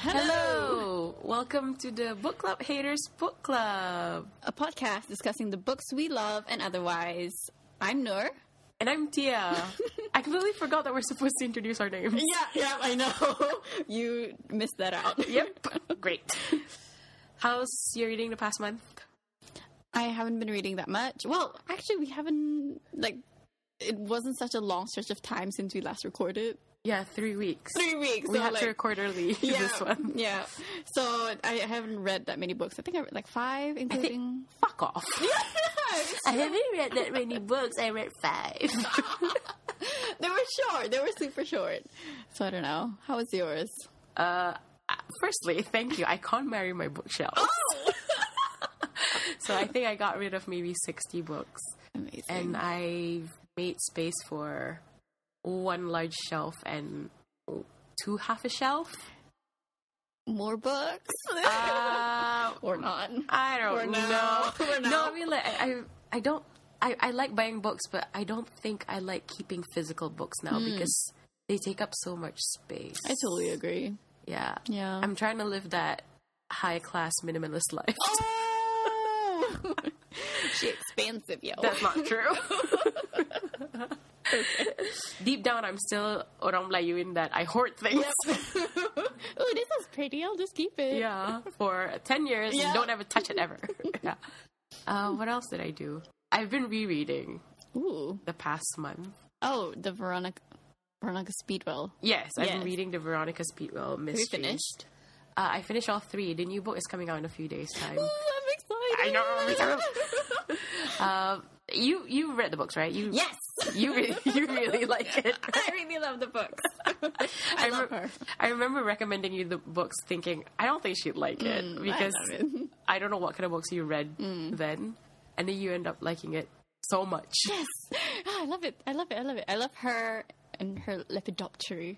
Hello. Welcome to the Book Club Haters Book Club. a podcast discussing the books we love and otherwise. I'm Noor. And I'm Tia. I completely forgot that we're supposed to introduce our names. Yeah, yeah, I know. you missed that out. Yep. Great. How's your reading the past month? I haven't been reading that much. Well, actually, we haven't, like, it wasn't such a long stretch of time since we last recorded. Yeah, three weeks. Three weeks. We so, had like, to record early yeah, this one. Yeah. So I haven't read that many books. I think I read like five, including. Fuck off. I haven't read that many books. I read five. they were short. They were super short. So I don't know. How was yours? Uh, Firstly, thank you. I can't marry my bookshelves. Oh! so I think I got rid of maybe 60 books. Amazing. and I made space for one large shelf and two half a shelf. More books? Uh, or not? I For don't now. know. For No, now. I mean like I, I, I don't. I, I like buying books, but I don't think I like keeping physical books now because they take up so much space. I totally agree. yeah, Yeah. I'm trying to live that high class minimalist life. Oh! she expansive, yo. That's not true. Deep down, I'm still orang Melayu in that I hoard things. Ooh, this is pretty. I'll just keep it. yeah for 10 years Yeah. and don't ever touch it ever yeah uh, what else did i do i've been rereading Ooh. the past month Oh, the Veronica Veronica Speedwell. yes i've been Yes. reading the veronica speedwell Have mystery you finished? uh, i finished all three the new book is coming out in a few days time Ooh, I'm i excited. know Um you you read the books right you Yes. you really you really like it I really love the books. I, love remem- her. I remember recommending you the books thinking i don't think she'd like it because Mm, I love it. Mm. I don't know what kind of books you read then, and then you end up liking it so much. Yes. Ah, I love it. I love it. I love it. I love her and her lepidoptery.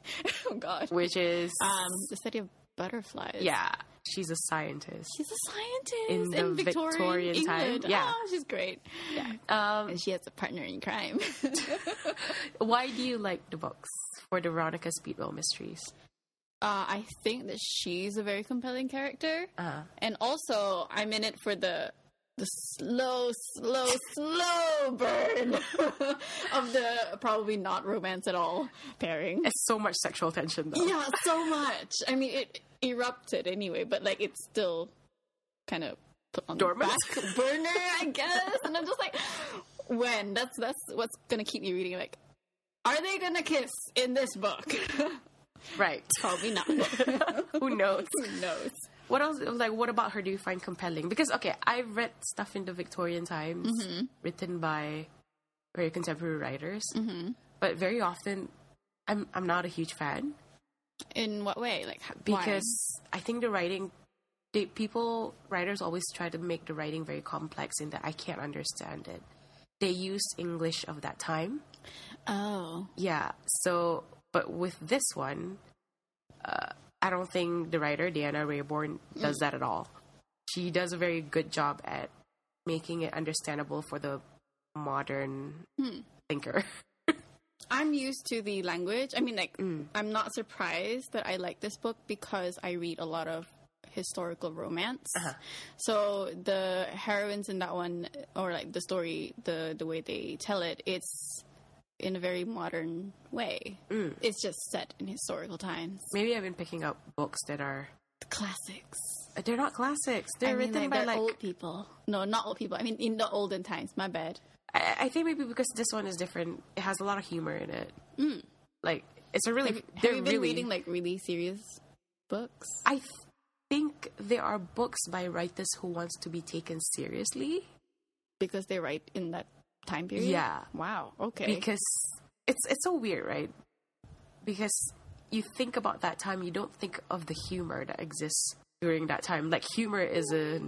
oh god. Which is, Um, the study of butterflies. yeah, she's a scientist. She's a scientist In in, the Victorian, Victorian time, England. yeah. Ah, she's great. Oh, Um, And she has a partner in crime. Uh, why do you like the books for the Veronica Speedwell mysteries? uh, I think that she's a very compelling character, Uh, and also I'm in it for the the slow, slow, slow burn of the probably not romance at all pairing. it's so much sexual tension, though. Yeah, so much. I mean, it erupted anyway, but like it's still kind of put on Dormant? the back burner, I guess. and I'm just like, when? That's that's what's gonna keep me reading. Like, are they gonna kiss in this book? Right. Probably not. Who Who knows? knows? What else? Like, what about her do you find compelling? Because okay, I've read stuff in the Victorian times Mm-hmm. written by very contemporary writers, Mm-hmm. but very often, I'm I'm not a huge fan. In what way? Like h- why? because I think the writing, they, people writers always try to make the writing very complex in that I can't understand it. They use English of that time, oh, yeah. So, but with this one, uh, I don't think the writer Diana Rayborn Mm. does that at all. She does a very good job at making it understandable for the modern Hmm. thinker. I'm used to the language. I mean, like Mm. I'm not surprised that I like this book because I read a lot of historical romance. Uh-huh. So the heroines in that one, or like the story, the the way they tell it, it's in a very modern way. Mm. It's just set in historical times. Maybe I've been picking up books that are The classics. they're not classics. They're I mean, written like, by they're like old people. No, not old people. I mean, in the olden times. My bad. I, I think maybe because this one is different, it has a lot of humor in it. Like it's a really Hmm. Have they're you been really. reading like really serious books? I th- think there are books by writers who wants to be taken seriously because they write in that time period. Yeah. Wow. Okay. because it's it's so weird, right? Because you think about that time, you don't think of the humor that exists during that time. Like humor is a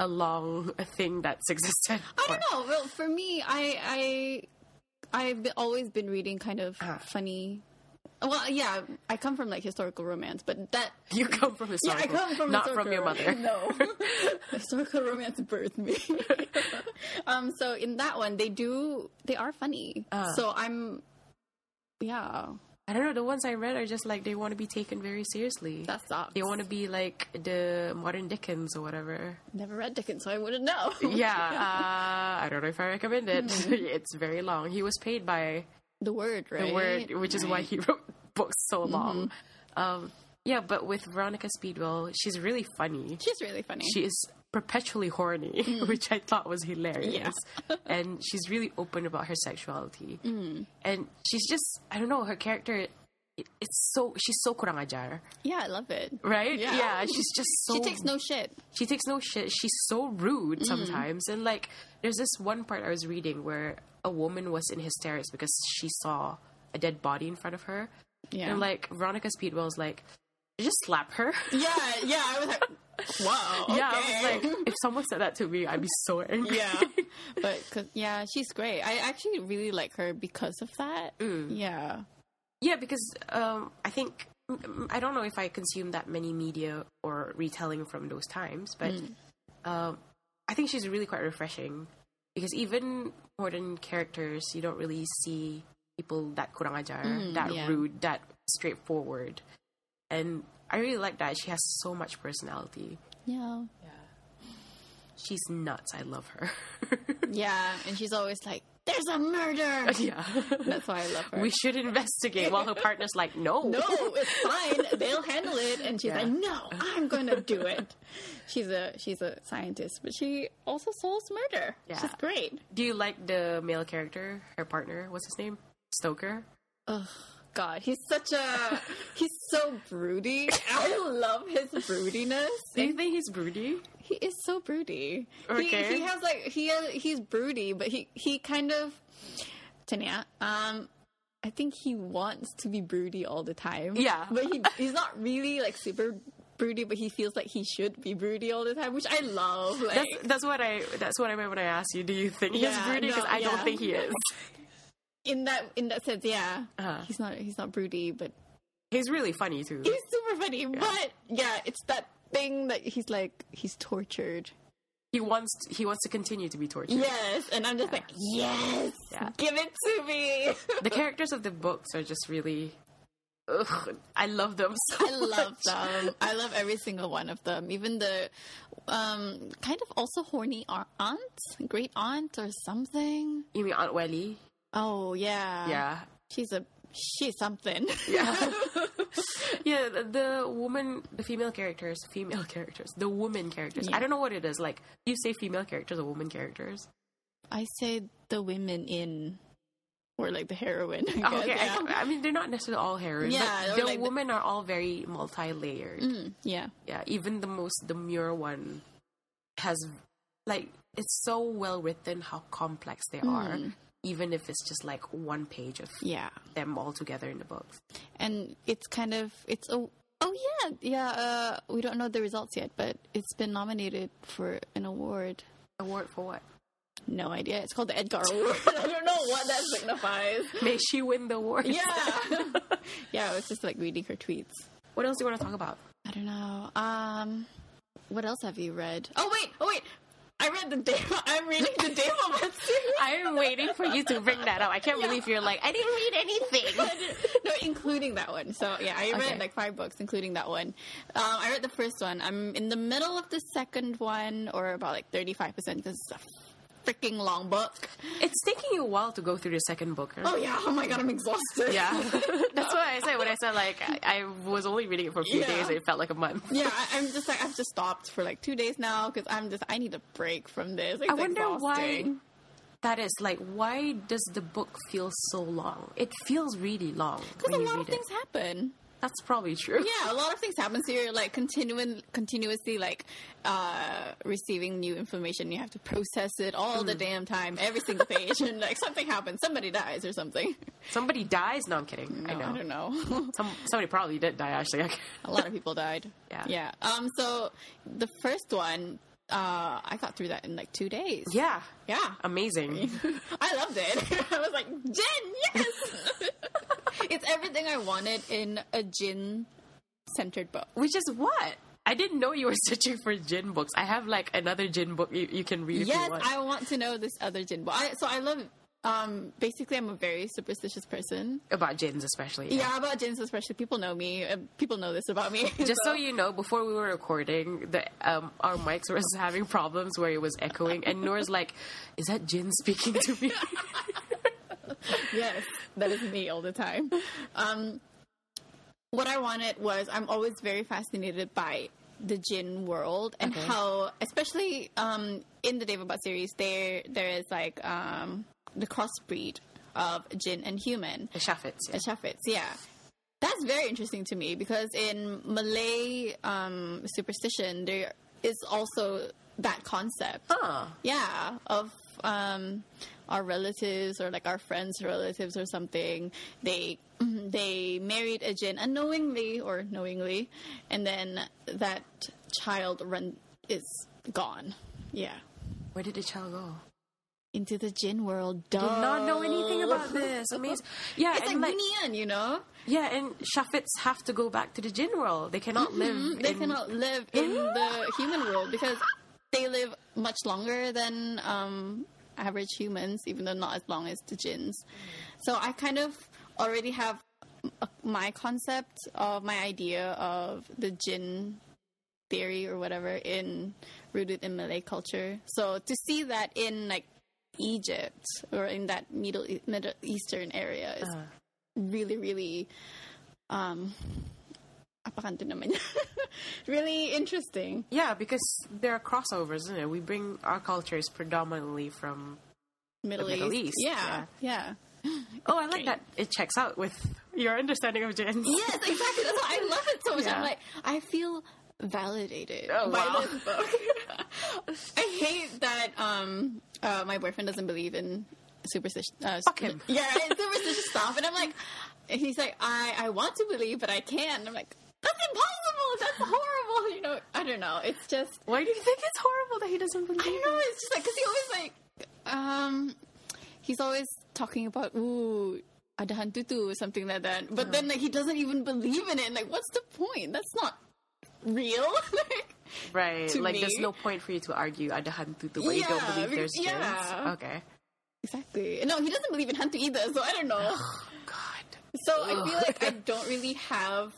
a long a thing that's existed. I for- don't know. Well, for me, I I I've been, always been reading kind of Ah. funny. Well, yeah, I come from like historical romance, but that You come from yeah, I historical, come from not from your historical mother. romance. No, historical romance birthed me. um, so Ah. in that one, they do they are funny. So I'm, yeah, I don't know. The ones I read are just like they want to be taken very seriously. That sucks. they want to be like the modern Dickens or whatever. Never read Dickens, so I wouldn't know. Yeah, uh, I don't know if I recommend it. it's very long. He was paid by the word, right? Mm-hmm. the word, which is why he wrote books so long. Um, yeah, but with Veronica Speedwell, she's really funny. She's really funny. She is perpetually horny, Mm. which I thought was hilarious. and she's really open about her sexuality. Mm. And she's just, I don't know, her character. It, it's so she's so kurang ajar, yeah, I love it. right? Yeah. she's just so She takes no Mm. shit. she takes no shit. She's so rude sometimes. And like, there's this one part I was reading where a woman was in hysterics because she saw a dead body in front of her. Yeah. And like, Veronica Speedwell's like, "Did you just slap her. yeah, yeah. I was like, wow. Yeah, I was like, if someone said that to me, I'd be so angry. yeah. But cause, yeah, she's great. I actually really like her because of that. Yeah. Mm. Yeah, because um, I think m- m- I don't know if I consume that many media or retelling from those times, but Mm. um, I think she's really quite refreshing because even modern characters, you don't really see people that kurang ajar, that Mm, yeah. rude, that straightforward, and I really like that. She has so much personality. Yeah. She's nuts. I love her. Yeah. And she's always like, there's a murder. yeah. That's why I love her. We should investigate while her partner's like, no. no, it's fine. They'll handle it. And she's Yeah. like, no, I'm going to do it. She's a she's a scientist, but she also solves murder. Yeah. She's great. Do you like the male character, her partner? What's his name? Stoker. Oh God, he's such a he's so broody. I love his broodiness. Do you think he's broody? He is so broody. Okay. He, he has like he he's broody, but he he kind of Tanya. Um, I think he wants to be broody all the time. Yeah. but he he's not really like super broody, but he feels like he should be broody all the time, which I love. Like, That's that's what I that's what I meant when I asked you. Do you think he's Yeah, broody? Because no, I don't yeah. think he is. in that in that sense, yeah, Uh-huh. he's not he's not broody, but He's really funny too. he's super funny. But yeah, it's that thing that he's like he's tortured. He wants he wants to continue to be tortured. Yes, and I'm just like yes, Yeah. give it to me. The characters of the books are just really. Ugh, I love them so I love much. them. I love every single one of them. Even the um, kind of also horny au- aunt, great aunt or something. You mean Aunt Welly? Oh yeah, Yeah. She's a she's something. Yeah. yeah, the, the woman, the female characters, female characters, the woman characters. Yeah. I don't know what it is. Like, you say female characters or woman characters? I say the women in, or like the heroine. I Oh, guess, okay, yeah. I, I mean they're not necessarily all heroines. Yeah, but or the like the- women are all very multi-layered. Mm, yeah. Yeah, even the most demure one has like it's so well written how complex they Mm. are, even if it's just like one page of Yeah. them all together in the books. and it's kind of it's a oh yeah yeah uh, we don't know the results yet, but it's been nominated for an award. Award for what? No idea. It's called the Edgar Award. I don't know what that signifies. May she win the award. Yeah. yeah, I was just like reading her tweets. What else do you want to talk about? I don't know. Um what else have you reid? Oh wait, oh wait. I read the Deva I'm reading the Deva Mats series. I'm waiting for you to bring that up. I can't believe you're like I didn't read anything. No, including that one. So yeah, I read Okay. like five books, including that one. Um, I read the first one. I'm in the middle of the second one, or about like 35 percent because it's a freaking long book. It's taking you a while to go through the second book. right? Oh yeah. Oh my god, I'm exhausted. Yeah, that's what I said when I said like I, I was only reading it for a few Yeah. days. It felt like a month. Yeah, I, I'm just like I've just stopped for like two days now because I'm just I need a break from this. It's I wonder why exhausting. that is. Like, why does the book feel so long? It feels really long Because when a you lot read of it. things happen. That's probably true. Yeah, a lot of things happen. So you're like continuing, continuously like uh, receiving new information. You have to process it all the damn time, every single page, and like something happens, somebody dies or something. Somebody dies. No, I'm kidding. I No, know. I don't know. Some somebody probably did die. Actually, I a lot of people died. Yeah. yeah. Um, so the first one, uh, I got through that in like two days. yeah, Yeah. amazing. I loved it. I was like, gin, yes! it's everything I wanted in a gin centered book. Which is what I didn't know you were searching for gin books. I have like another gin book you, you can read if yes, you want. I want to know this other gin book. I, so I love um, basically, I'm a very superstitious person. About Jins, especially. Yeah, about Jins especially. People know me. Uh, people know this about me. Just so you know, before we were recording, the um, our mics were having problems where it was echoing, and Nora's like, "Is that Jin speaking to me?" yes, that is me all the time. Um, what I wanted was I'm always very fascinated by the Jin world and Okay. how, especially um, in the Devabat series, there there is like um, the crossbreed of Jin and human, The Shaffets. the Shafits. Yeah, that's very interesting to me because in Malay um, superstition there is also that concept. Huh. Yeah, of um, our relatives or like our friends' relatives or something. They they married a jinn unknowingly or knowingly, and then that child run is gone. Yeah, Where did the child go? into the jinn world. Duh. Did not know anything about this. Amazing. Yeah, Oh. It's and like, like, neon, you know. yeah, and Shaffets have to go back to the Jin world. They cannot live. Mm-hmm, They in, cannot live in the human world because they live much longer than um, average humans, even though not as long as the jinns. So I kind of already have m- my concept of my idea of the jinn theory or whatever in rooted in Malay culture. So to see that in like Egypt or in that Middle E- Middle Eastern area is Uh. really really um apa kan tu namanya? really interesting. Yeah, because there are crossovers, isn't it? We bring our cultures predominantly from. Middle, Middle East. East, Yeah. Yeah. Oh, I like Great. that. It checks out with your understanding of Jins. Yes, exactly. That's why I love it so much. Yeah. I'm like, I feel validated Oh, by wow. this book. I hate that um, uh, my boyfriend doesn't believe in superstition. Uh, Fuck him. Yeah, right? superstitious stuff. And I'm like, and he's like, I, I want to believe, but I can't. And I'm like, that's impossible. That's horrible. You know, I don't know. It's just, Why do you think it's horrible that he doesn't believe? I know. It's just like, because he always like, um, he's always talking about, ooh, ada hantu tu, something like that. But then like he doesn't even believe in it. Like, what's the point? That's not real. like, Right. to Like, there's me. no point for you to argue ada hantu tu, but you don't Yeah, believe because- there's yeah. Jins. Okay. exactly. No, he doesn't believe in hantu either. So I don't know. God. So I feel like I don't really have,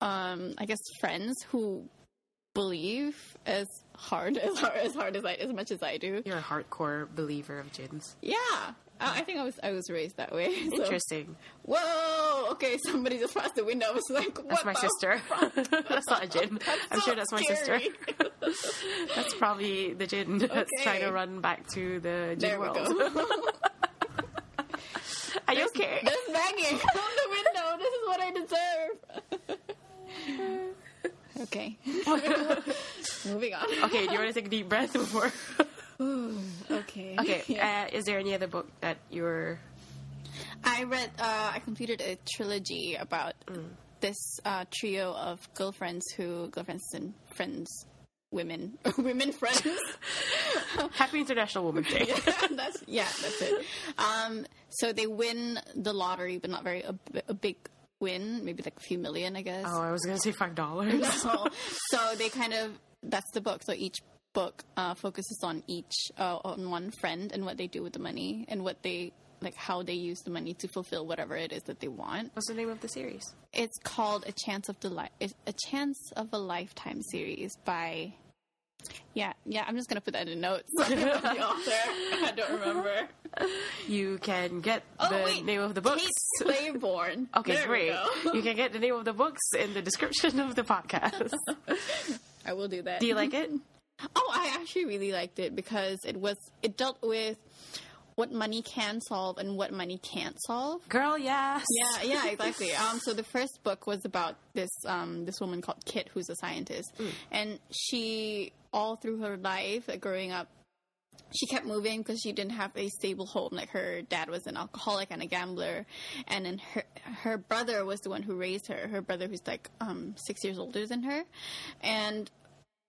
um, I guess friends who believe as hard as hard as hard as I as much as I do. You're a hardcore believer of Jins. Yeah, I, I think I was I was raised that way. so- Interesting. Whoa! Okay, somebody just passed the window. I was like, what That's my the sister. that's not a Jin. I'm so sure that's my scary. sister. that's probably the Jin that's Okay. trying to run back to the Jin There we world. go. Are you okay? There's banging from the window. This is what I deserve. okay. Moving on. Okay, do you want to take a deep breath before? Okay. Okay, Yeah. uh, is there any other book that you're. I read. Uh, I completed a trilogy about Mm. this uh, trio of girlfriends who girlfriends and friends, women, women friends. Happy International Women's Day. that's yeah, that's it. Um, so they win the lottery, but not very a, a big win, maybe like a few million, I guess. Oh, I was going to say $5. so, so they kind of that's the book. So each book uh, focuses on each uh, on one friend and what they do with the money and what they like how they use the money to fulfill whatever it is that they want. What's the name of the series? It's called a chance of the li- it's a chance of a lifetime series by. Yeah, yeah. I'm just gonna put that in notes. the author, I don't remember. You can get Oh, the wait. name of the books. Kate Claiborne. Okay, There we great. go. You can get the name of the books in the description of the podcast. I will do that. Do you like it? Oh, I actually really liked it because it was it dealt with what money can solve and what money can't solve. Girl, yes. Yeah, yeah, exactly. Um, so the first book was about this um, this woman called Kit, who's a scientist, Mm. and she all through her life, like growing up, she kept moving because she didn't have a stable home. Like her dad was an alcoholic and a gambler, and then her her brother was the one who raised her. Her brother, who's like um, six years older than her, and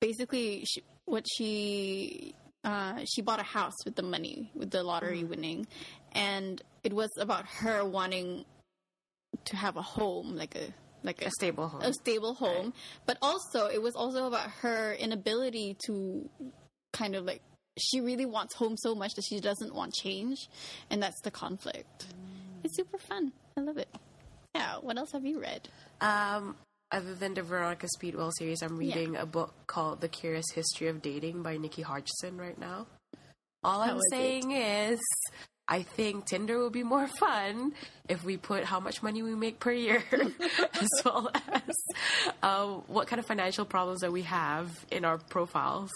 basically she, what she uh, she bought a house with the money with the lottery winning, and it was about her wanting to have a home like a like a, A stable home. a stable home, but also it was also about her inability to kind of like she really wants home so much that she doesn't want change, and that's the conflict. It's super fun. I love it. Yeah. What else have you read? Um, other than the Veronica Speedwell series, I'm reading a book called The Curious History of Dating by Nikki Hodgson right now. All I'm is it? saying is, I think Tinder will be more fun if we put how much money we make per year, as well as um, what kind of financial problems that we have in our profiles.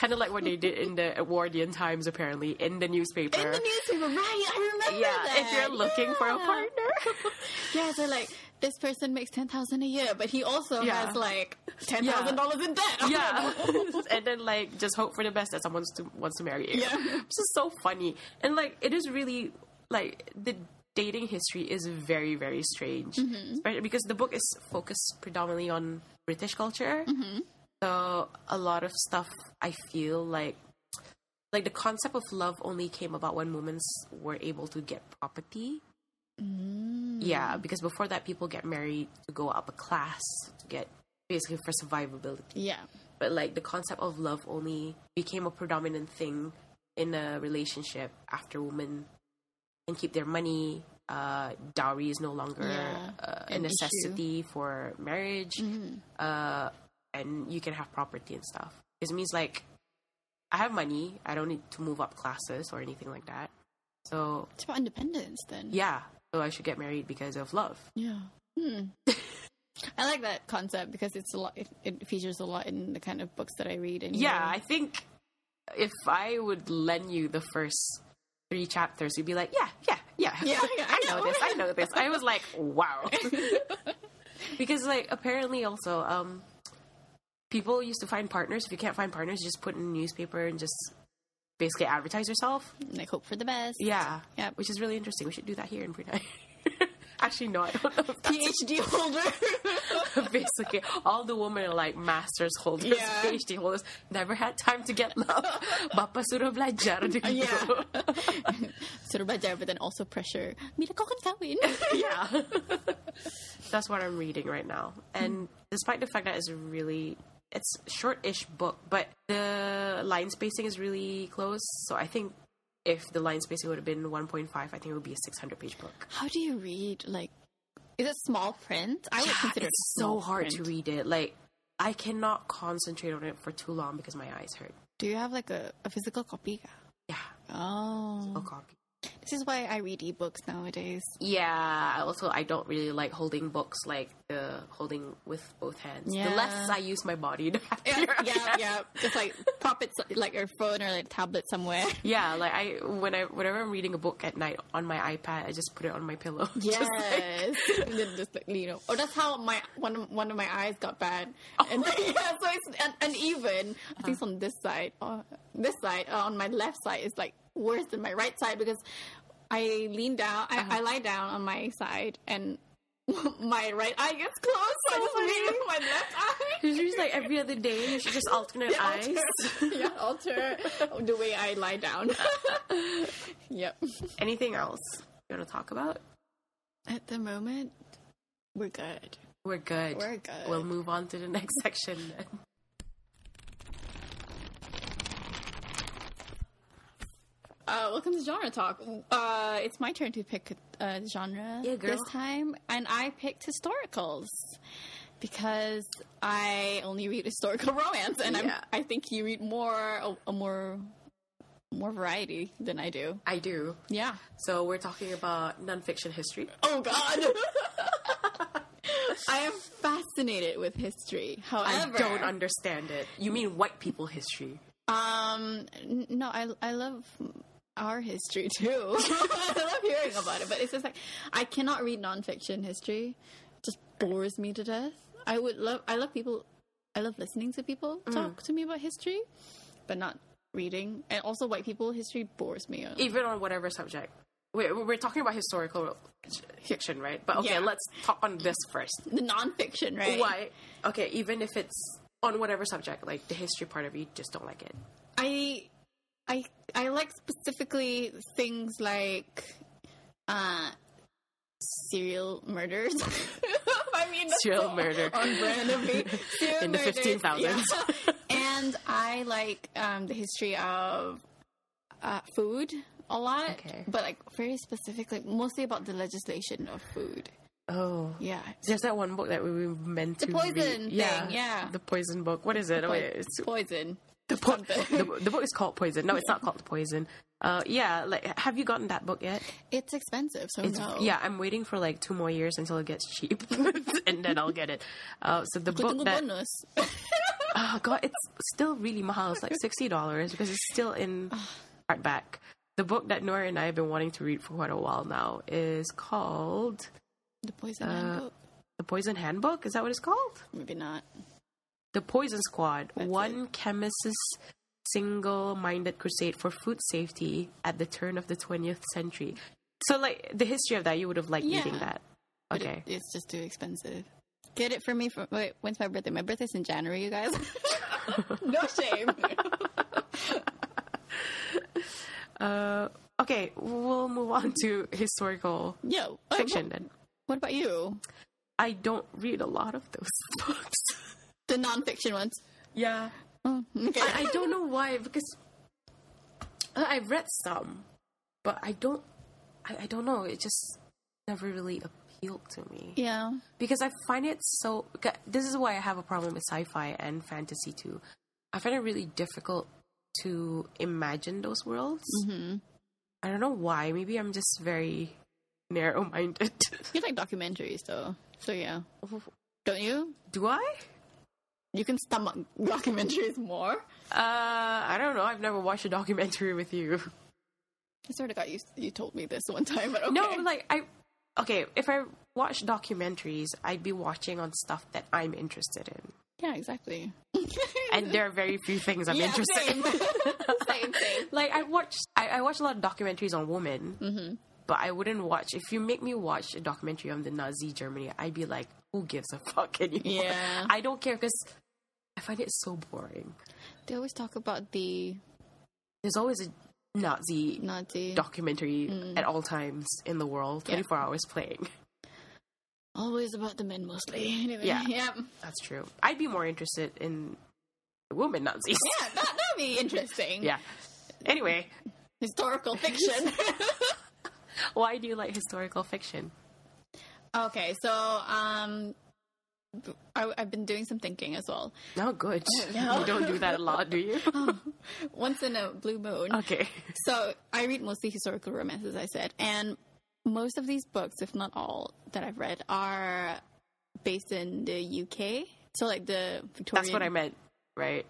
Kind of like what they did in the Awardian Times, apparly, in the newspaper. In the newspaper, right? I remember yeah, that. if you're looking for a Yeah. partner. Yeah, so like this person makes ten thousand a year, but he also Yeah. has like ten thousand dollars in debt. I'm yeah like, and then like just hope for the best that someone wants to, wants to marry you Yeah. which is so funny and like it is really like the dating history is very very strange Especially because the book is focused predominantly on british culture so a lot of stuff i feel like like the concept of love only came about when women s- were able to get property Mm. yeah because before that people get married to go up a class to get basically for survivability yeah, but like the concept of love only became a predominant thing in a relationship after women can keep their money uh dowry is no longer Yeah, uh, a an issue. Mm. necessity for marriage Mm-hmm. uh and you can have property and stuff it means like i have money i don't need to move up classes or anything like that so it's about independence then. yeah so i should get married because of love Yeah. Hmm. I like that concept because it's a lot. It, it features a lot in the kind of books that I read. And Yeah, I think if I would lend you the first three chapters, you'd be like, yeah, yeah, yeah. Yeah, yeah, I I know know. this. I know this. I was like, wow. because like apparently also um people used to find partners. If you can't find partners, you just put in a newspaper and just basically advertise yourself. like hope for the best. Yeah. Yep. Which is really interesting. We should do that here in Brunei. Actually, no, I don't know if that's PhD holder. basically all the women are like masters holders, Yeah. PhD holders, never had time to get love. Bapak suruh belajar gitu. Yeah. sort of belajar, but then also pressure. Mira kau kan kawin. yeah. That's what I'm reading right now. And despite the fact that it's really it's short-ish book, but the line spacing is really close. So I think if the line spacing would have been 1.5, I think it would be a 600 page book. How do you read? Like, is it small print? I would consider Ah, it's so it small hard print. to read it. Like I cannot concentrate on it for too long because my eyes hurt. Do you have like a, a physical copy? Yeah, Oh, I'll copy. this is why I read ebooks nowadays. Yeah. Also, I don't really like holding books like the holding with both hands. Yeah. The less I use my body, the happier. I yeah, am. yeah. Just like pop it so- like your phone or like tablet somewhere. Yeah, Like I, when I, whenever I'm reading a book at night on my iPad, I just put it on my pillow. Just like- and then just like lean over. Oh, that's how my one of, one of my eyes got bad, and yeah, so it's un- uneven. I think it's on this side, uh, this side uh, on my left side is like worse than my right side because I lean down, I, I lie down on my side, and my right eye gets closed, so I just lean with my left eye. you should just like every other day, you should just alternate eyes. Alter, yeah, alter the way I lie down. yep. Anything else you want to talk about? At the moment, we're good. We're good. We're good. We'll move on to the next section. Then. Uh, welcome to genre talk. Uh, it's my turn to pick a genre Yeah, girl. this time, and I picked historicals because I only read historical romance, and Yeah. I'm, I think you read more a, a more more variety than I do. I do. Yeah. So we're talking about nonfiction history. Oh God. I am fascinated with history. However, I don't understand it. You mean white people history? Um, n- no, I I love our history too. I love hearing about it, but it's just like I cannot read nonfiction history. It just bores me to death. I would love I love people. I love listening to people talk to me about history, but not reading. And also, white people history bores me. even on whatever subject. We're, we're talking about historical fiction, right? But okay, Yeah. let's talk on this first. The nonfiction, right? Why? Okay, even if it's on whatever subject, like the history part of you just don't like it. I I I like specifically things like uh serial murders. I mean that's Serial so murder. on brand of me. Serial In the murders, 15,000s. yeah. and I like um, the history of uh, food a lot, Okay. but like very specific, like mostly about the legislation of food. Oh. Yeah. There's that one book that we were meant to read. poison thing, yeah. The poison book. What is it? Oh, Poi- yeah, it's poison. the, po- the, the book is called Poison. No, it's not called Poison. Uh, yeah, like have you gotten that book yet? It's expensive, so no. Yeah, I'm waiting for like two more years until it gets cheap, and then I'll get it. Uh, so the book Tunggu that bonus. oh god, it's still really mahal. It's like sixty dollars because it's still in hardback. The book that Nora and I have been wanting to read for quite a while now is called the Uh, poison handbook. The Poison Handbook. Is that what it's called? Maybe not. The Poison Squad, That's one chemist's single minded crusade for food safety at the turn of the 20th century. So, like, the history of that, you would have liked Yeah. reading that. But it- Okay. it's just too expensive. Get it for me for wait, when's my birthday? My birthday's in January, you guys. no shame. Uh, okay, we'll move on to historical Yo. uh, fiction then. What about you? I don't read a lot of those books. The nonfiction ones. Yeah. Oh, okay. I, I don't know why, because uh, I've read some, but I don't, I, I don't know. It just never really appealed to me. yeah. because I find it so. ca- This is why I have a problem with sci-fi and fantasy too. I find it really difficult to imagine those worlds. hmm I don't know why. Maybe I'm just very narrow-minded. You like documentaries though. So yeah. Don't you? Do I? You can stomach documentaries more. Uh, I don't know. I've never watched a documentary with you. I sort of got you you told me this one time, but okay. No, like I. Okay, if I watch documentaries, I'd be watching on stuff that I'm interested in, yeah, exactly. and there are very few things I'm yeah, interested in. same. same, same. like I watch I, I watch a lot of documentaries on women, Mm-hmm. but I wouldn't watch if you make me watch a documentary on the Nazi Germany. I'd be like, who gives a fuck anymore? Yeah. I don't care because I find it so boring. They always talk about the There's always a Nazi Nazi. Mm-hmm. documentary at all times in the world, Yeah. 24 hours playing. Always about the men mostly. Anyway, Yeah. Yep. That's true. I'd be more interested in the women Nazis. Yeah, that that'd be interesting. yeah. Anyway, Historical fiction. why do you like historical fiction? okay, so um I, I've been doing some thinking as well. No good. no. You don't do that a lot, do you? Once in a blue moon. okay. So I read mostly historical romances, I said, and most of these books, if not all that I've read, are based in the UK. So like the Victorian. That's what I meant, right?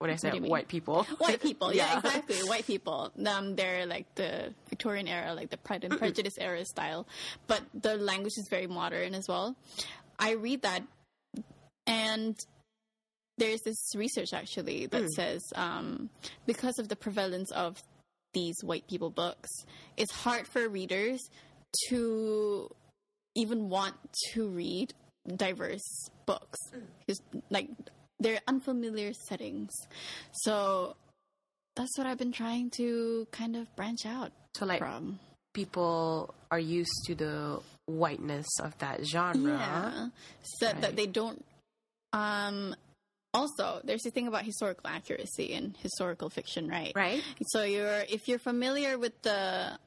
When I do said you mean? white people. White people, yeah, exactly. White people. Um, they're like the Victorian era, like the Pride and Prejudice era style, but the language is very modern as well. I read that, and there's this research actually that says um, because of the prevalence of these white people books, it's hard for readers to even want to read diverse books. Just, like they're unfamiliar settings. So that's what I've been trying to kind of branch out So like from. people are used to the whiteness of that genre. Yeah. So that Right. they don't um also there's this thing about historical accuracy in historical fiction, right? Right? So you're if you're familiar with the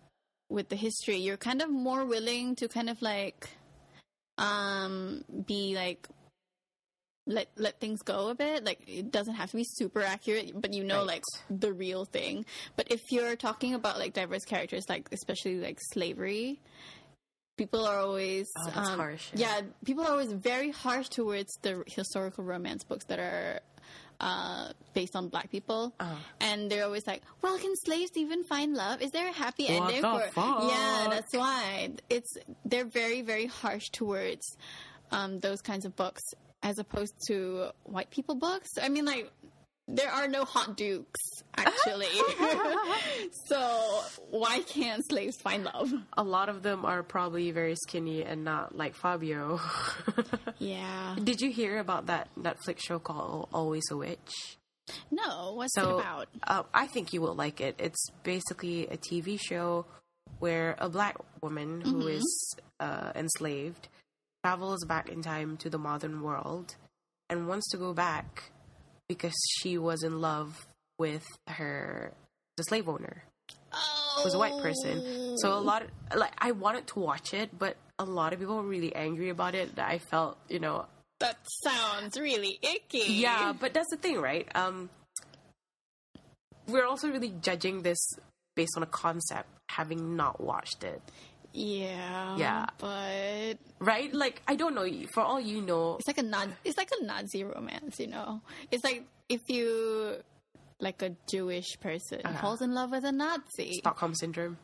with the history, you're kind of more willing to kind of like um be like let let things go a bit. Like it doesn't have to be super accurate, but you know Right. like the real thing. But if you're talking about like diverse characters, like especially like slavery, people are always um, Oh, that's harsh, Yeah. yeah. people are always very harsh towards the historical romance books that are uh, based on black people, Oh. and they're always like, "Well, can slaves even find love? Is there a happy What ending?" the fuck? Yeah, that's why it's they're very very harsh towards um, those kinds of books as opposed to white people books. I mean, like there are no hot dukes actually, so why can't slaves find love? A lot of them are probably very skinny and not like Fabio. Yeah, Did you hear about that Netflix show called Always a Witch? no, what's So it about? Uh, I think you will like it. It's basically a TV show where a black woman who is uh, enslaved travels back in time to the modern world and wants to go back because she was in love with her the slave owner Oh. was a white person. So a lot of, like I wanted to watch it, but a lot of people were really angry about it. That I felt, you know, That sounds really icky. yeah. But that's the thing, right? Um, we're also really judging this based on a concept, having not watched it, Yeah. Yeah. But right? Like I don't know. For all you know, it's like a non it's like a Nazi romance, you know. It's like if you like a Jewish person Uh-huh. falls in love with a Nazi. Stockholm syndrome.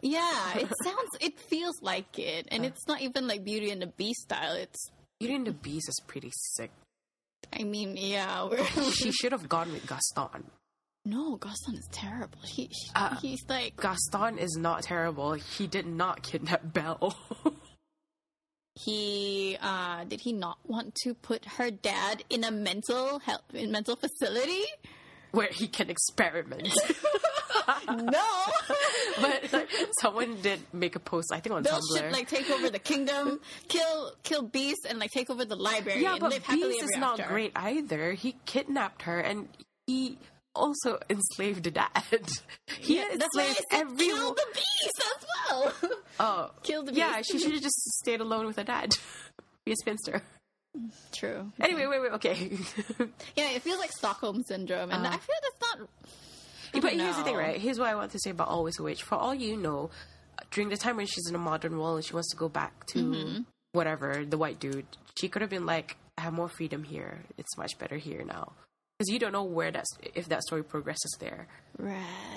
Yeah, it sounds it feels like it. And it's not even like Beauty and the Beast style. It's Beauty and the Beast is pretty sick. I mean, yeah, we're She should have gone with Gaston. No, Gaston is terrible. He, she, Uh. he's like Gaston is not terrible. He did not kidnap Belle. he uh did he not want to put her dad in a mental health in mental facility? Where he can experiment. Uh-huh. No. but like, someone did make a post, I think on Bill Tumblr. should like take over the kingdom, kill kill Beast and like take over the library yeah, and but live happily Beast ever is not after. great either. He kidnapped her and he also enslaved the dad. he That's why I enslaved said kill everyone. the beast as well. Oh, kill the yeah, beast. she should have just stayed alone with her dad. Be a spinster. True. Anyway, wait, wait, okay. Yeah, it feels like Stockholm syndrome, and I Uh-huh. feel that's not. I but don't here's the thing, know. right? Here's what I want to say about Always a Witch. For all you know, during the time when she's in a modern world and she wants to go back to Mm-hmm. whatever, the white dude, she could have been like, I have more freedom here. It's much better here now. Because you don't know where that's, if that story progresses there. Right.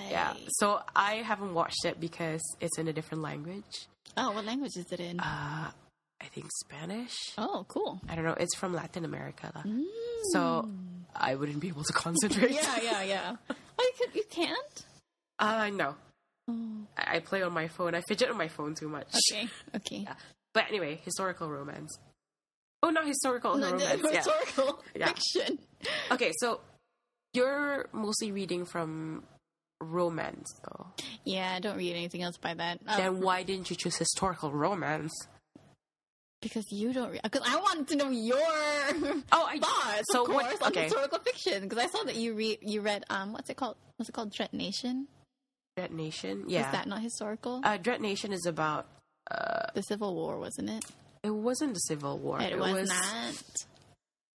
Yeah. So I haven't watched it because it's in a different language. Oh, what language is it in? Uh. I think Spanish. oh, cool. I don't know. It's from Latin America. lah. So I wouldn't be able to concentrate. Mm. Yeah, yeah, yeah. Oh, you, can, you can't. Oh, Uh, no. I I play on my phone. I fidget on my phone too much. Okay. Okay. But anyway, historical romance. Oh, not historical No, the romance. yeah. historical Yeah. fiction. Okay, so you're mostly reading from romance, though. Yeah, I don't read anything else by that. Um, Then why didn't you choose historical romance? because you don't read. Because I wanted to know your Oh, I thoughts, so of course, what? on Okay, historical fiction. Because I saw that you read you read um what's it called? What's it called? Dread Nation. Dread Nation. Yeah, Is that not historical? uh, Dread Nation is about. the Civil War, wasn't it? It wasn't the Civil War. It, was, not.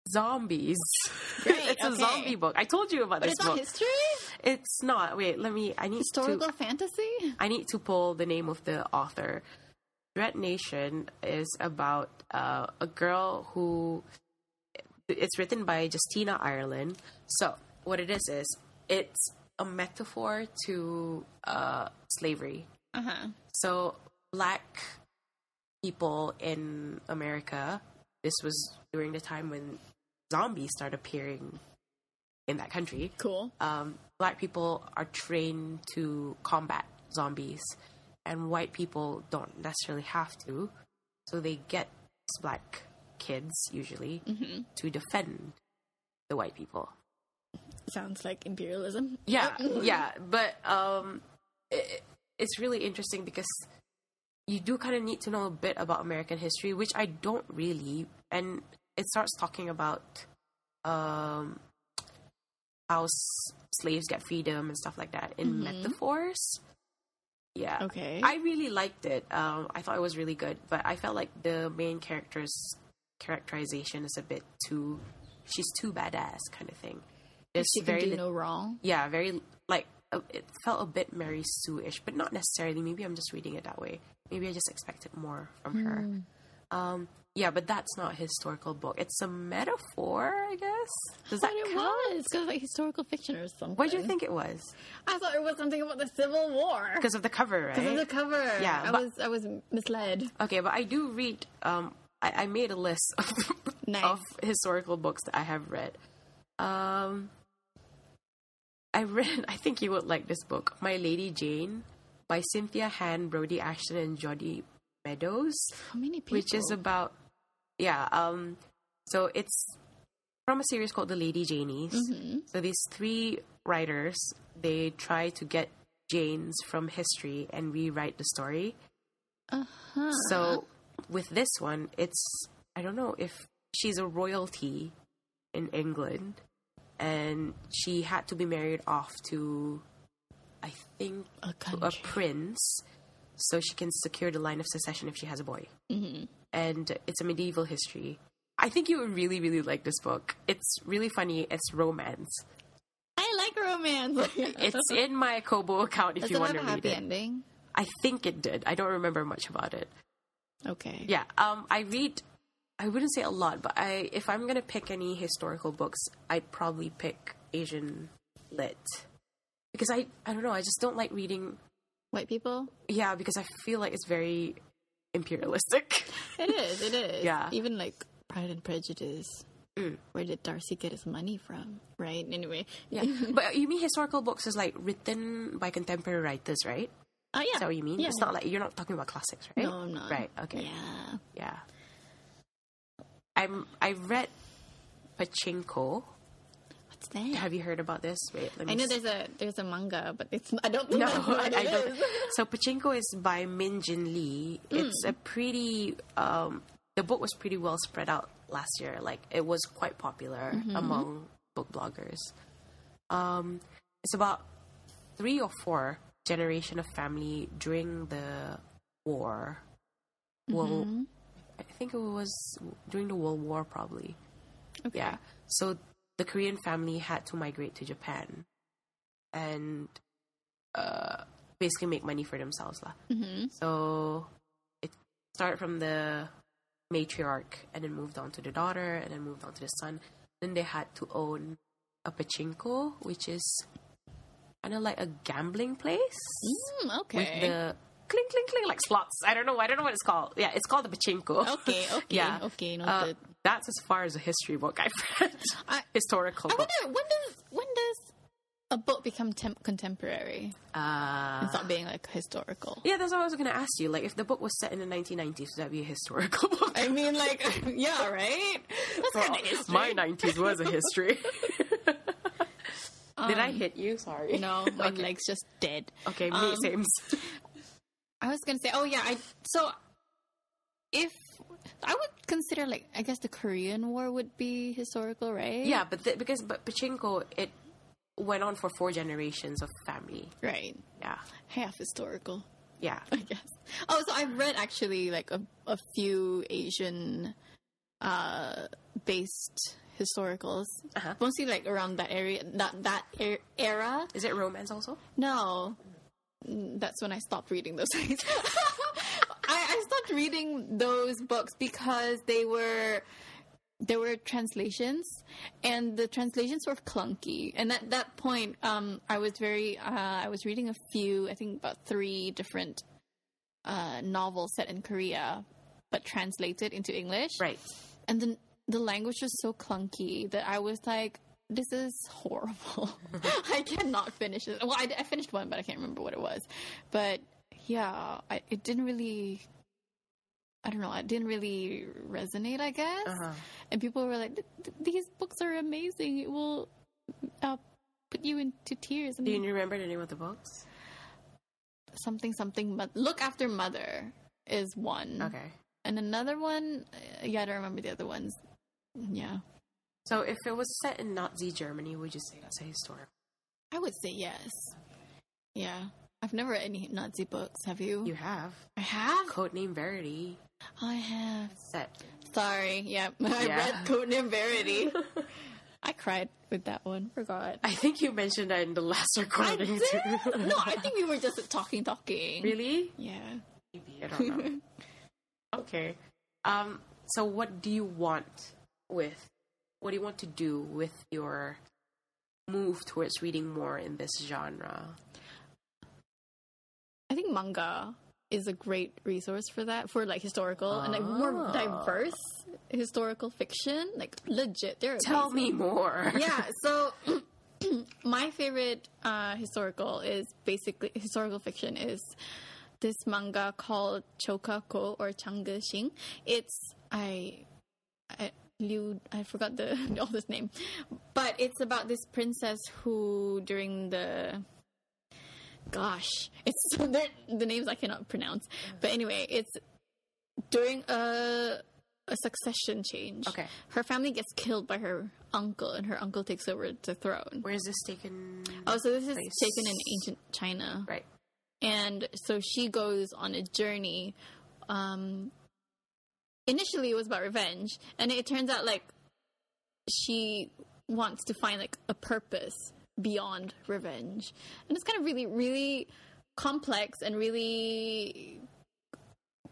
zombies. Great, it's a okay. zombie book. I told you about But this it's book. not history. it's not. Wait, let me. I need to. Historical fantasy. I need to pull the name of the author. Dread Nation is about uh, a girl who. It's written by Justina Ireland. So what it is is it's a metaphor to uh, slavery. Uh huh. So black people in America. This was during the time when zombies started appearing in that country Cool. um, black people are trained to combat zombies, and white people don't necessarily have to. So they get these black kids usually Mm-hmm. to defend the white people. Sounds like imperialism. Yeah, yeah, but um, it, it's really interesting because you do kind of need to know a bit about American history, which I don't really. And it starts talking about um, how s- slaves get freedom and stuff like that in metaphors. Yeah. Mm-hmm. Okay. I really liked it. Um, I thought it was really good, but I felt like the main character's characterization is a bit too. She's too badass, kind of thing. There's she can very do lit- no wrong. yeah, very like uh, it felt a bit Mary Sue-ish, but not necessarily. Maybe I'm just reading it that way. Maybe I just expected more from Hmm. her. Um, yeah, but that's not a historical book. It's a metaphor, I guess. Does that But it count? was because like historical fiction or something. What do you think it was? I thought it was something about the Civil War. Because of the cover, right? Because of the cover. Yeah, I but- was I was misled. Okay, but I do read. Um, I, I made a list of, Nice. of historical books that I have read. Um, I read. I think you would like this book, My Lady Jane, by Cynthia Han, Brody Ashton, and Jody Meadows, How many people? which is about yeah. Um, so it's from a series called The Lady Janies. Mm-hmm. So these three writers they try to get Janes from history and rewrite the story. uh-huh. So with this one, it's I don't know if she's a royalty in England, and she had to be married off to, I think, A to a country. prince, so she can secure the line of succession if she has a boy. And it's a medieval history. I think you would really, really like this book. It's really funny. It's romance. I like romance. It's in my Kobo account if Does you it want have to read a happy it. ending? I think it did. I don't remember much about it. Okay. Yeah, um, I read. I wouldn't say a lot, but I if I'm gonna pick any historical books, I'd probably pick Asian lit because I I don't know. I just don't like reading. White people. Yeah, because I feel like it's very imperialistic. It is. It is. Yeah. Even like Pride and Prejudice. Mm. Where did Darcy get his money from? Right. Anyway. Yeah, but you mean historical books is like written by contemporary writers, right? Oh yeah. Is that what you mean? Yeah. It's not like you're not talking about classics, right? No, I'm not. Right. Okay. Yeah. Yeah. I'm. I read Pachinko. What's that? Have you heard about this? Wait, let me. I know s- there's a there's a manga, but it's I don't think No, that's what I, I it don't. is. So Pachinko is by Min Jin Lee. Hmm. It's a pretty. Um, the book was pretty well spread out last year. Like it was quite popular Mm-hmm. among book bloggers. Um, it's about three or four generation of family during the war. Well, Mm-hmm. I think it was during the World War, probably. Okay. Yeah. So the Korean family had to migrate to Japan and uh, basically make money for themselves. lah. Mhm. So it started from the matriarch and then moved on to the daughter and then moved on to the son. Then they had to own a pachinko, which is kind of like a gambling place Mm, with okay. the clink, clink, clink, like slots. I don't know. I don't know what it's called. Yeah, it's called the pachinko. Okay, okay, yeah. okay, Uh, noted. that's as far as a history book I've read. I- Historical I book. wonder when does when does a book become temp- contemporary Uh, and stop being like historical? yeah, that's what I was going to ask you. Like, if the book was set in the 1990s, would that be a historical book? I mean, like, yeah, right? That's kind of history. My 90s was a history. Did I hit you? Sorry. No, my leg's just dead. Okay, me, Um, same. I was gonna say, oh yeah, I so if I would consider like I guess the Korean War would be historical, right? Yeah, but th- because but Pachinko, it went on for four generations of family. right. Yeah. Half historical, Yeah. I guess. Oh, so I've read actually like a, a few Asian uh, based historicals, Uh-huh. mostly like around that area, that that er- era. Is it romance also? No, Mm, that's when I stopped reading those things. I, I stopped reading those books because they were there were translations, and the translations were clunky. And at that point, um, I was very uh, I was reading a few, I think about three different uh, novels set in Korea, but translated into English Right. and then the language was so clunky that I was like, "This is horrible. I cannot finish it." Well, I, I finished one, but I can't remember what it was. But yeah, I, it didn't really. I don't know. It didn't really resonate, I guess. Uh-huh. And people were like, "Th- th- "These books are amazing. It will uh, put you into tears." Do And you remember the name of the books? something, something. But look after mother is one, Okay. and another one. uh, Yeah, I don't remember the other ones. Yeah. So if it was set in Nazi Germany, would you say that's a historical? I would say yes. Yeah. I've never read any Nazi books, have you? You have. I have? Codename Verity. I have. Set. Sorry, yeah. I Yeah. read Codename Verity. I cried with that one. Forgot. I think you mentioned that in the last I recording did? too. No, I think we were just talking, talking. really? Yeah. Maybe I don't know. okay. Um. So, what do you want with? What do you want to do with your move towards reading more in this genre? I think manga is a great resource for that, for like historical and like more Ah. diverse historical fiction. Like legit, there are Tell me more. yeah so my favorite uh, historical is basically historical fiction is this manga called chokako or changeshin it's i I, Liu, I forgot the author's name, but it's about this princess who, during the, gosh, it's the, the names I cannot pronounce. But anyway, it's during a a succession change. Okay. her family gets killed by her uncle, and her uncle takes over the throne. Where is this taken? Oh, so this is Place. taken in ancient China. Right. And so she goes on a journey. Um, initially, it was about revenge, and it turns out like she wants to find like a purpose beyond revenge, and it's kind of really, really complex and really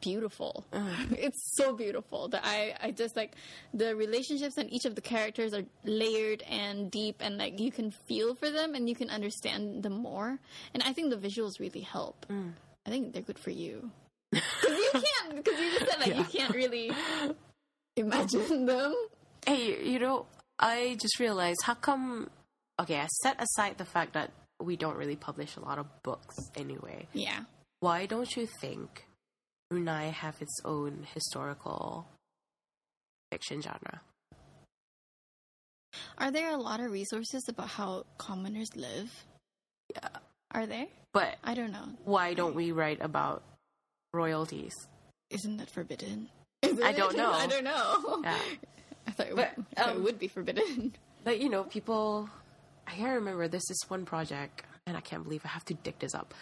beautiful. It's so beautiful that I, I just like the relationships and each of the characters are layered and deep and like you can feel for them and you can understand them more. And I think the visuals really help. I think they're good for you. Because you can't, because you just said like you can't really imagine them. Hey, you know, I just realized how come. Okay, I set aside the fact that we don't really publish a lot of books anyway. Yeah. Why don't you think Brunei have its own historical fiction genre? Are there a lot of resources about how commoners live? Yeah. Are there? But I don't know. why don't we write about royalties? Isn't that forbidden? Is I it? don't know. I don't know. Yeah. I thought it, But, would, I thought it um, would be forbidden. But you know, people. I can't remember. There's this one project, and I can't believe I have to dig this up.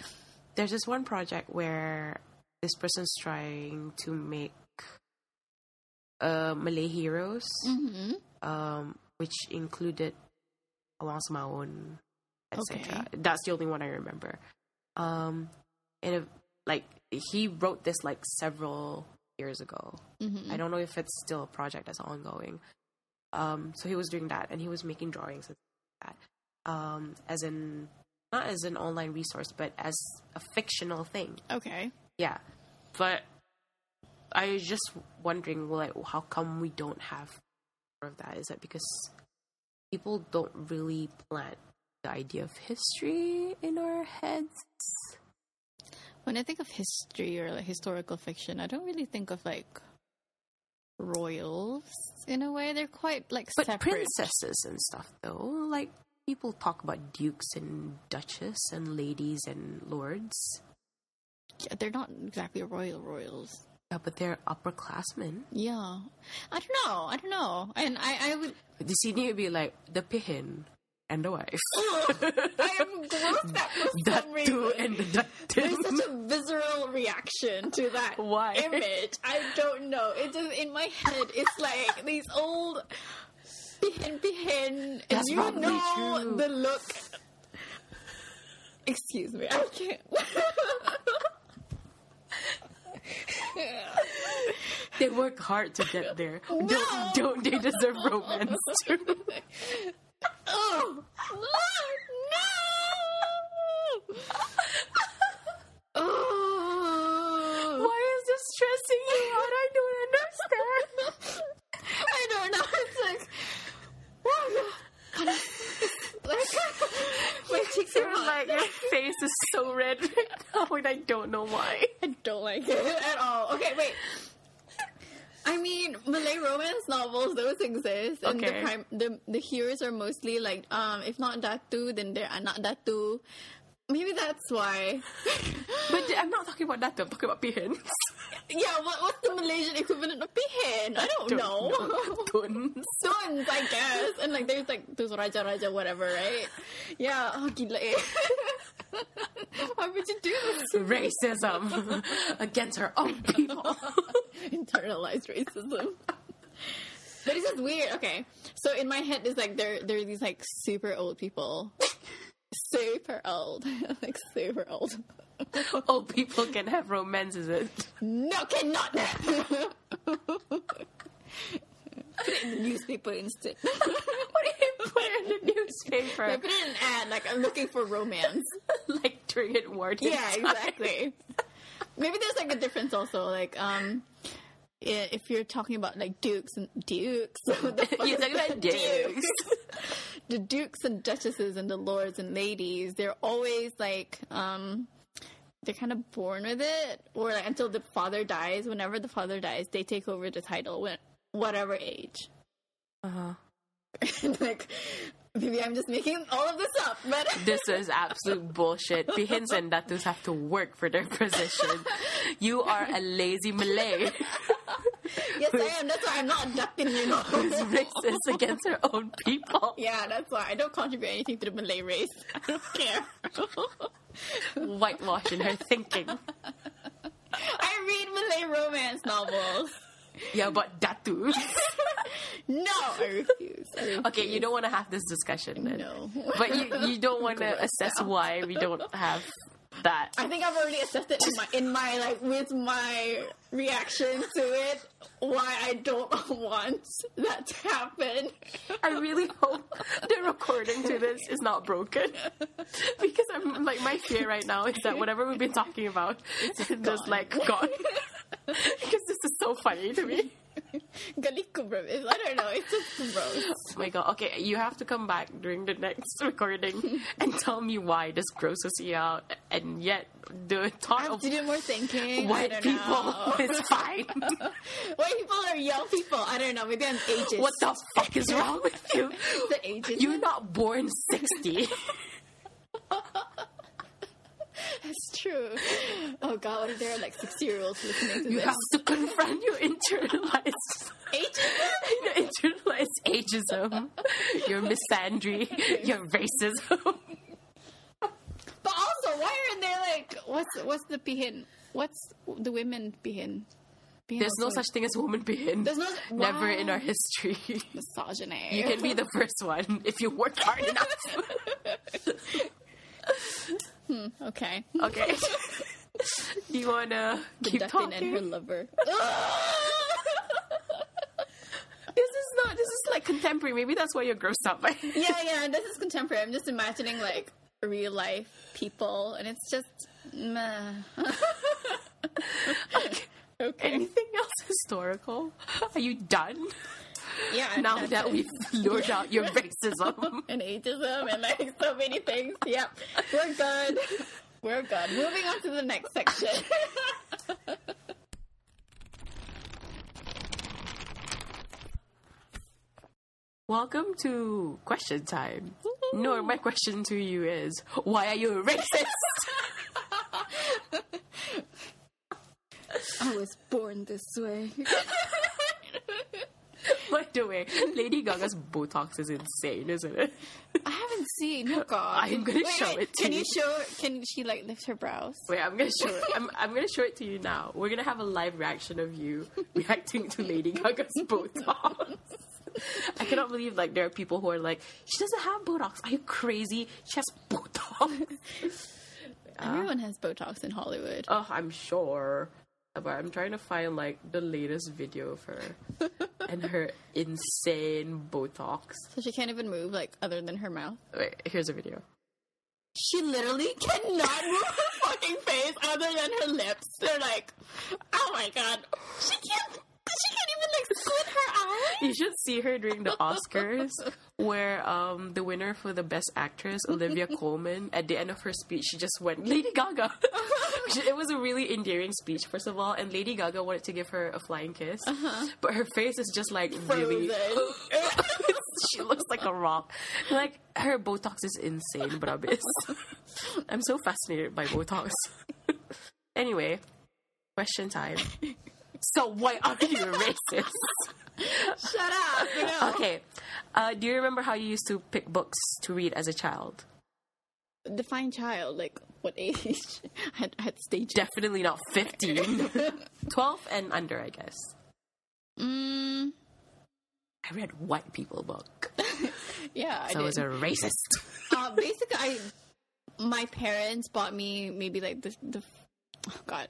There's this one project where this person's trying to make uh, Malay heroes, Mm-hmm. um, which included Awang Semaun, etc. Okay. That's the only one I remember. Um, and if, like he wrote this like several years ago. Mm-hmm. I don't know if it's still a project that's ongoing. Um, so he was doing that, and he was making drawings and that, um, as in not as an online resource, but as a fictional thing. Okay. Yeah, but I was just wondering, like, how come we don't have more of that? Is it because people don't really plant the idea of history in our heads? When I think of history or like historical fiction, I don't really think of like royals in a way. They're quite like But separate. princesses and stuff, though, like people talk about dukes and duchess and ladies and lords, Yeah, they're not exactly royal royals. yeah, but they're upperclassmen. Yeah. I don't know. I don't know. And I, I would. The senior would be like the pihin and the wife, I am grossed out for some that reason. too, and the that There's too. such a visceral reaction to that Why? image. I don't know. It just in my head. It's like these old pihin pihin, and That's you probably know true. the look. Excuse me, I can't. They work hard to get there. No. Don't, don't they deserve romance too? oh, no! oh. Why is this stressing you out? I don't understand. I don't know. It's like, oh no. Like, my cheeks are You're like hot. your face is so red right now, and I don't know why. I don't like it at all. Okay, wait. I mean, Malay romance novels, those exist, and Okay. the, prime, the the heroes are mostly like, um, if not Datu, then they're uh, not Datu. Maybe that's why. But I'm not talking about that. though. I'm talking about pihin. yeah, what, what's the Malaysian equivalent of pihin? I don't, know. Tuns. Sons, I guess. And like there's like those Raja Raja whatever, right? Yeah, oh, gila eh. Why would you do this? Racism against our own people. Internalized racism. But it's just weird. Okay, so in my head is like there there are these like super old people, super old, like super old. old people can have romance, is it? No, cannot. Put it in the newspaper instead. What do you put in the I newspaper? put it in an ad like I'm looking for romance. like during it war. yeah exactly maybe there's like a difference also like um i- if you're talking about like dukes and dukes what the fuck You're is talking that? about dukes. the dukes and duchesses and the lords and ladies they're always like um they're kind of born with it or like until the father dies whenever the father dies they take over the title when whatever age Uh-huh. like maybe i'm just making all of this up but This is absolute bullshit. Pihins and Datus have to work for their position. You are a lazy Malay. Yes, I am. That's why I'm not abducting you. know? who's racist against her own people. yeah, that's why I don't contribute anything to the Malay race. I don't care. Whitewash in her thinking. I read Malay romance novels. Yeah, but Datu. No, I refuse. I refuse. Okay, you don't want to have this discussion then. No. But you, you don't want to assess why we don't have that. I think I've already assessed it in my, in my like with my reaction to it why I don't want that to happen. I really hope the recording to this is not broken. Because I'm like my fear right now is that whatever we've been talking about is just like gone. because this is so funny to me. Galit ko, bro. It's- I don't know. It's just gross. Oh my god. Okay, you have to come back during the next recording and tell me why this grosses you out and yet the I thought have of to do more thinking. I white don't people know. is fine. White people are young people. I don't know. Maybe I'm ageist. what the fuck is wrong with you? the ageist? You're not born 60. That's true. Oh god, what if there are like six year olds listening to You this? have to confront your internalized Ageism? your internalized ageism, your misandry, your racism. But also, why aren't there like what's what's the pihin? What's the women pihin? Pihin There's no also- such thing as woman being. There's no Never wow. in our history. misogyny. You can be the first one if you work hard enough. okay. Okay. Do you wanna keep Ductin and her talking? lover. Oh, This is not. This is like contemporary. Maybe that's why you're grossed out by. yeah, yeah. This is contemporary. I'm just imagining like real life people, and it's just meh. okay. Anything else historical? Are you done? yeah. I'm Now not that done. we've lured out your racism. and ageism and like so many things. Yep, we're good. We're good. Moving on to the next section. Welcome to question time. Nor, my question to you is why are you a racist? I was born this way. By the way, Lady Gaga's Botox is insane, isn't it? I haven't seen. Oh God! I'm gonna show it to Can you. you show? Can she like lift her brows? Wait, I'm gonna show it. I'm, I'm gonna show it to you now. We're gonna have a live reaction of you reacting to Lady Gaga's Botox. I cannot believe like there are people who are like, she doesn't have Botox. Are you crazy? She has Botox. Everyone has Botox in Hollywood. Oh, I'm sure. But I'm trying to find like the latest video of her and her insane Botox. So she can't even move like other than her mouth. Wait, here's a video. She literally cannot move her fucking face other than her lips. They're like, oh my God! She can't. She can't even like squint her eye. You should see her during the Oscars, where um, the winner for the best actress, Olivia Colman, at the end of her speech, she just went, Lady Gaga. She- it was a really endearing speech, first of all, and Lady Gaga wanted to give her a flying kiss, but her face is just like really. Uh-huh. Frozen. she looks like a rock. Like, her Botox is insane, brabis. I'm so fascinated by Botox. anyway, question time. So, why are you racist? Shut up. You know? Okay. Uh, do you remember how you used to pick books to read as a child? define child like what age at, at stage Definitely not 15. 12 and under, I guess. mm, I read white people book. yeah So I i was a did racist. uh, basically i my parents bought me maybe like the, the oh god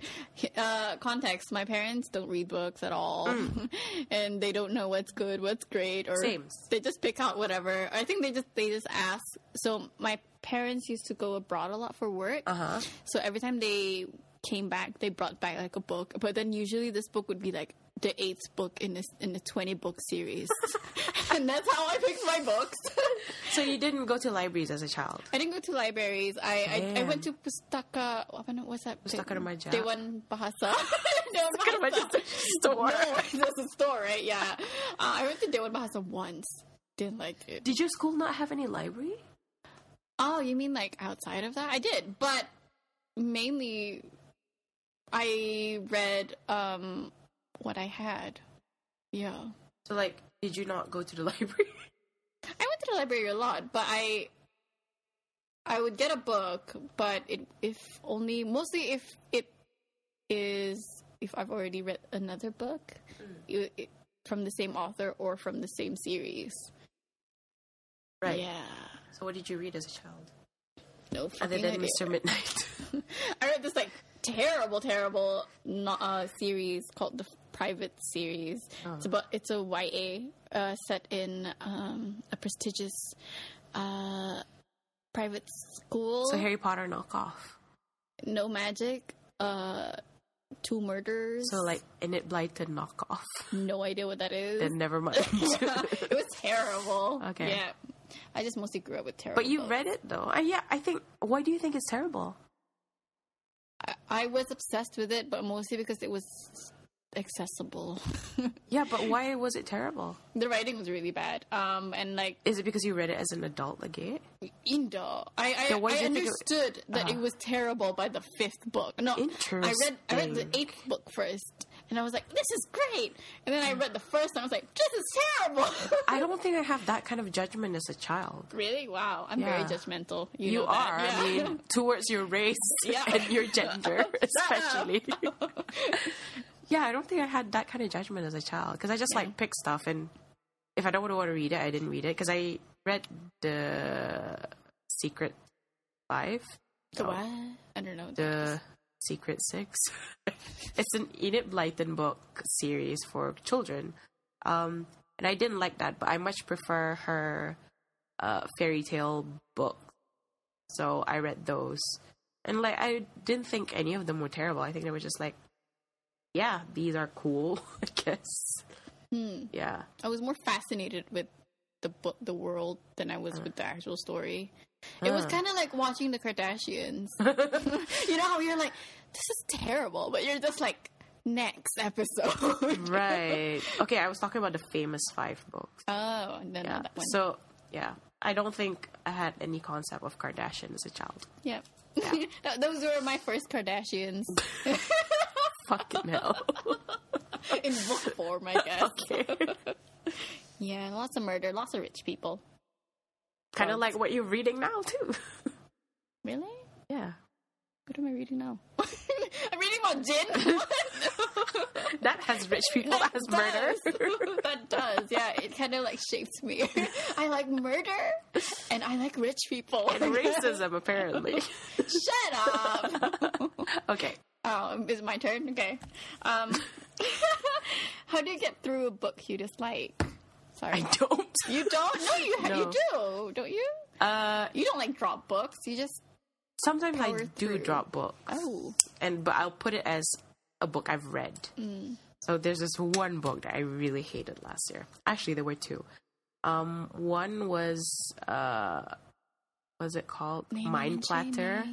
uh context my parents don't read books at all and they don't know what's good what's great or Mm. Same. they just pick out whatever i think they just they just ask so my parents used to go abroad a lot for work Uh-huh. So every time they came back, they brought back like a book. But then usually this book would be like the eighth book in this in the twenty book series, and that's how I picked my books. So you didn't go to libraries as a child? I didn't go to libraries. I I, I went to Damn. pustaka. apa na- What's that? Pustaka Remaja. Dewan Bahasa. Dewan Kind of like just a store. No, that's a store, right? Yeah. Uh, I went to Dewan Bahasa once. Didn't like it. Did your school not have any library? Oh, you mean like outside of that? I did, but mainly I read um what I had. Yeah. So like, did you not go to the library? I went to the library a lot, but I I would get a book, but it if only mostly if it is if I've already read another book Mm. it- it- from the same author or from the same series. Right. Yeah. So what did you read as a child? No Other fucking than idea. Mr. Midnight. I read this like terrible, terrible no- uh, series called the Private Series. Oh. It's about it's a YA uh, set in um, a prestigious uh, private school. so Harry Potter knockoff. no magic. Uh, two murders. So like Enid Blyton knockoff. no idea what that is. Then never mind. it was terrible. Okay. Yeah. I just mostly grew up with terrible. but you books. read it though. I, yeah, I think. Why do you think it's terrible? I, I was obsessed with it, but mostly because it was accessible. Yeah, but why was it terrible? the writing was really bad. Um, and like Is it because you read it as an adult eh? again? Indo. I I, So what I did you Uh-huh. think it- understood that it was terrible by the fifth book. No, I read I read the Interesting. eighth book first, and I was like, "This is great." And then I read the first, and I was like, "This is terrible." I don't think I have that kind of judgment as a child. really? Wow, I'm Yeah. very judgmental. You, You know that. are, Yeah. I mean, towards your race Yeah. and your gender, especially. yeah, I don't think I had that kind of judgment as a child because I just like pick stuff and if I don't want to read it, I didn't read it because I read the Secret Five, The what? oh. I don't know. what that is. the Secret Six. it's an Enid Blyton book series for children, um, and I didn't like that, but I much prefer her uh, fairy tale book. So I read those, and like I didn't think any of them were terrible. I think they were just like, yeah, these are cool. I guess. Hmm. Yeah. I was more fascinated with the book, the world, than I was Uh. with the actual story. It was kind of like watching the Kardashians. you know how you're like, this is terrible, but you're just like, next episode. Right. okay, I was talking about the famous five books. oh, Yeah. no, no, that one. So yeah, I don't think I had any concept of Kardashian as a child. yeah. Th- Those were my first Kardashians Fucking hell. in book form, I guess. okay. Yeah, lots of murder, lots of rich people. kind of like what you're reading now too. Really? yeah. What am I reading now? I'm reading about gin. That has rich people. That has murder. does. that does. Yeah, it kind of like shapes me. I like murder and I like rich people. And racism apparently. Shut up. Okay. Oh, is it my turn? Okay. Um, how do you get through a book you dislike? Sorry. I don't. You don't? No, you No. you do, don't you? Uh, You don't like drop books. You just sometimes I Power do through. drop books, oh and but I'll put it as a book I've read. Mm. So there's this one book that I really hated last year. Actually, there were two. Um, one was uh, was it called Mind Platter?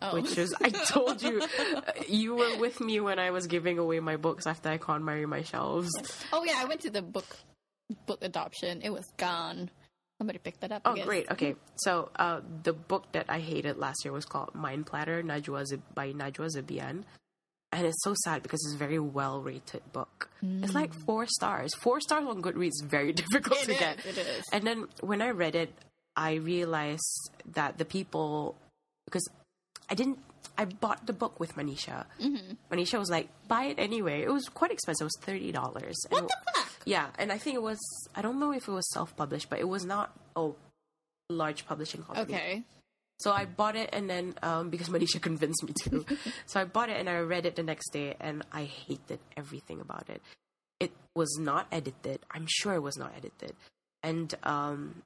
Oh. which is I told you uh, you were with me when I was giving away my books after I con Mary my shelves. oh yeah, I went to the book book adoption. It was gone. Somebody picked that up. I Oh, guess. great. Okay, so uh, the book that I hated last year was called Mind Platter Najwa Zib- by Najwa Zabian, and it's so sad because it's a very well rated book. It's like four stars. Four stars on Goodreads is very difficult Mm. It to is, get. it is. And then when I read it, I realized that the people because I didn't. I bought the book with Manisha. Manisha was like, "Buy it anyway." It was quite expensive. It was thirty dollars. What the fuck? Yeah, and I think it was. I don't know if it was self-published, but it was not a large publishing company. Okay. So I bought it, and then um, because Manisha convinced me to, so I bought it and I read it the next day, and I hated everything about it. It was not edited. I'm sure it was not edited, and um,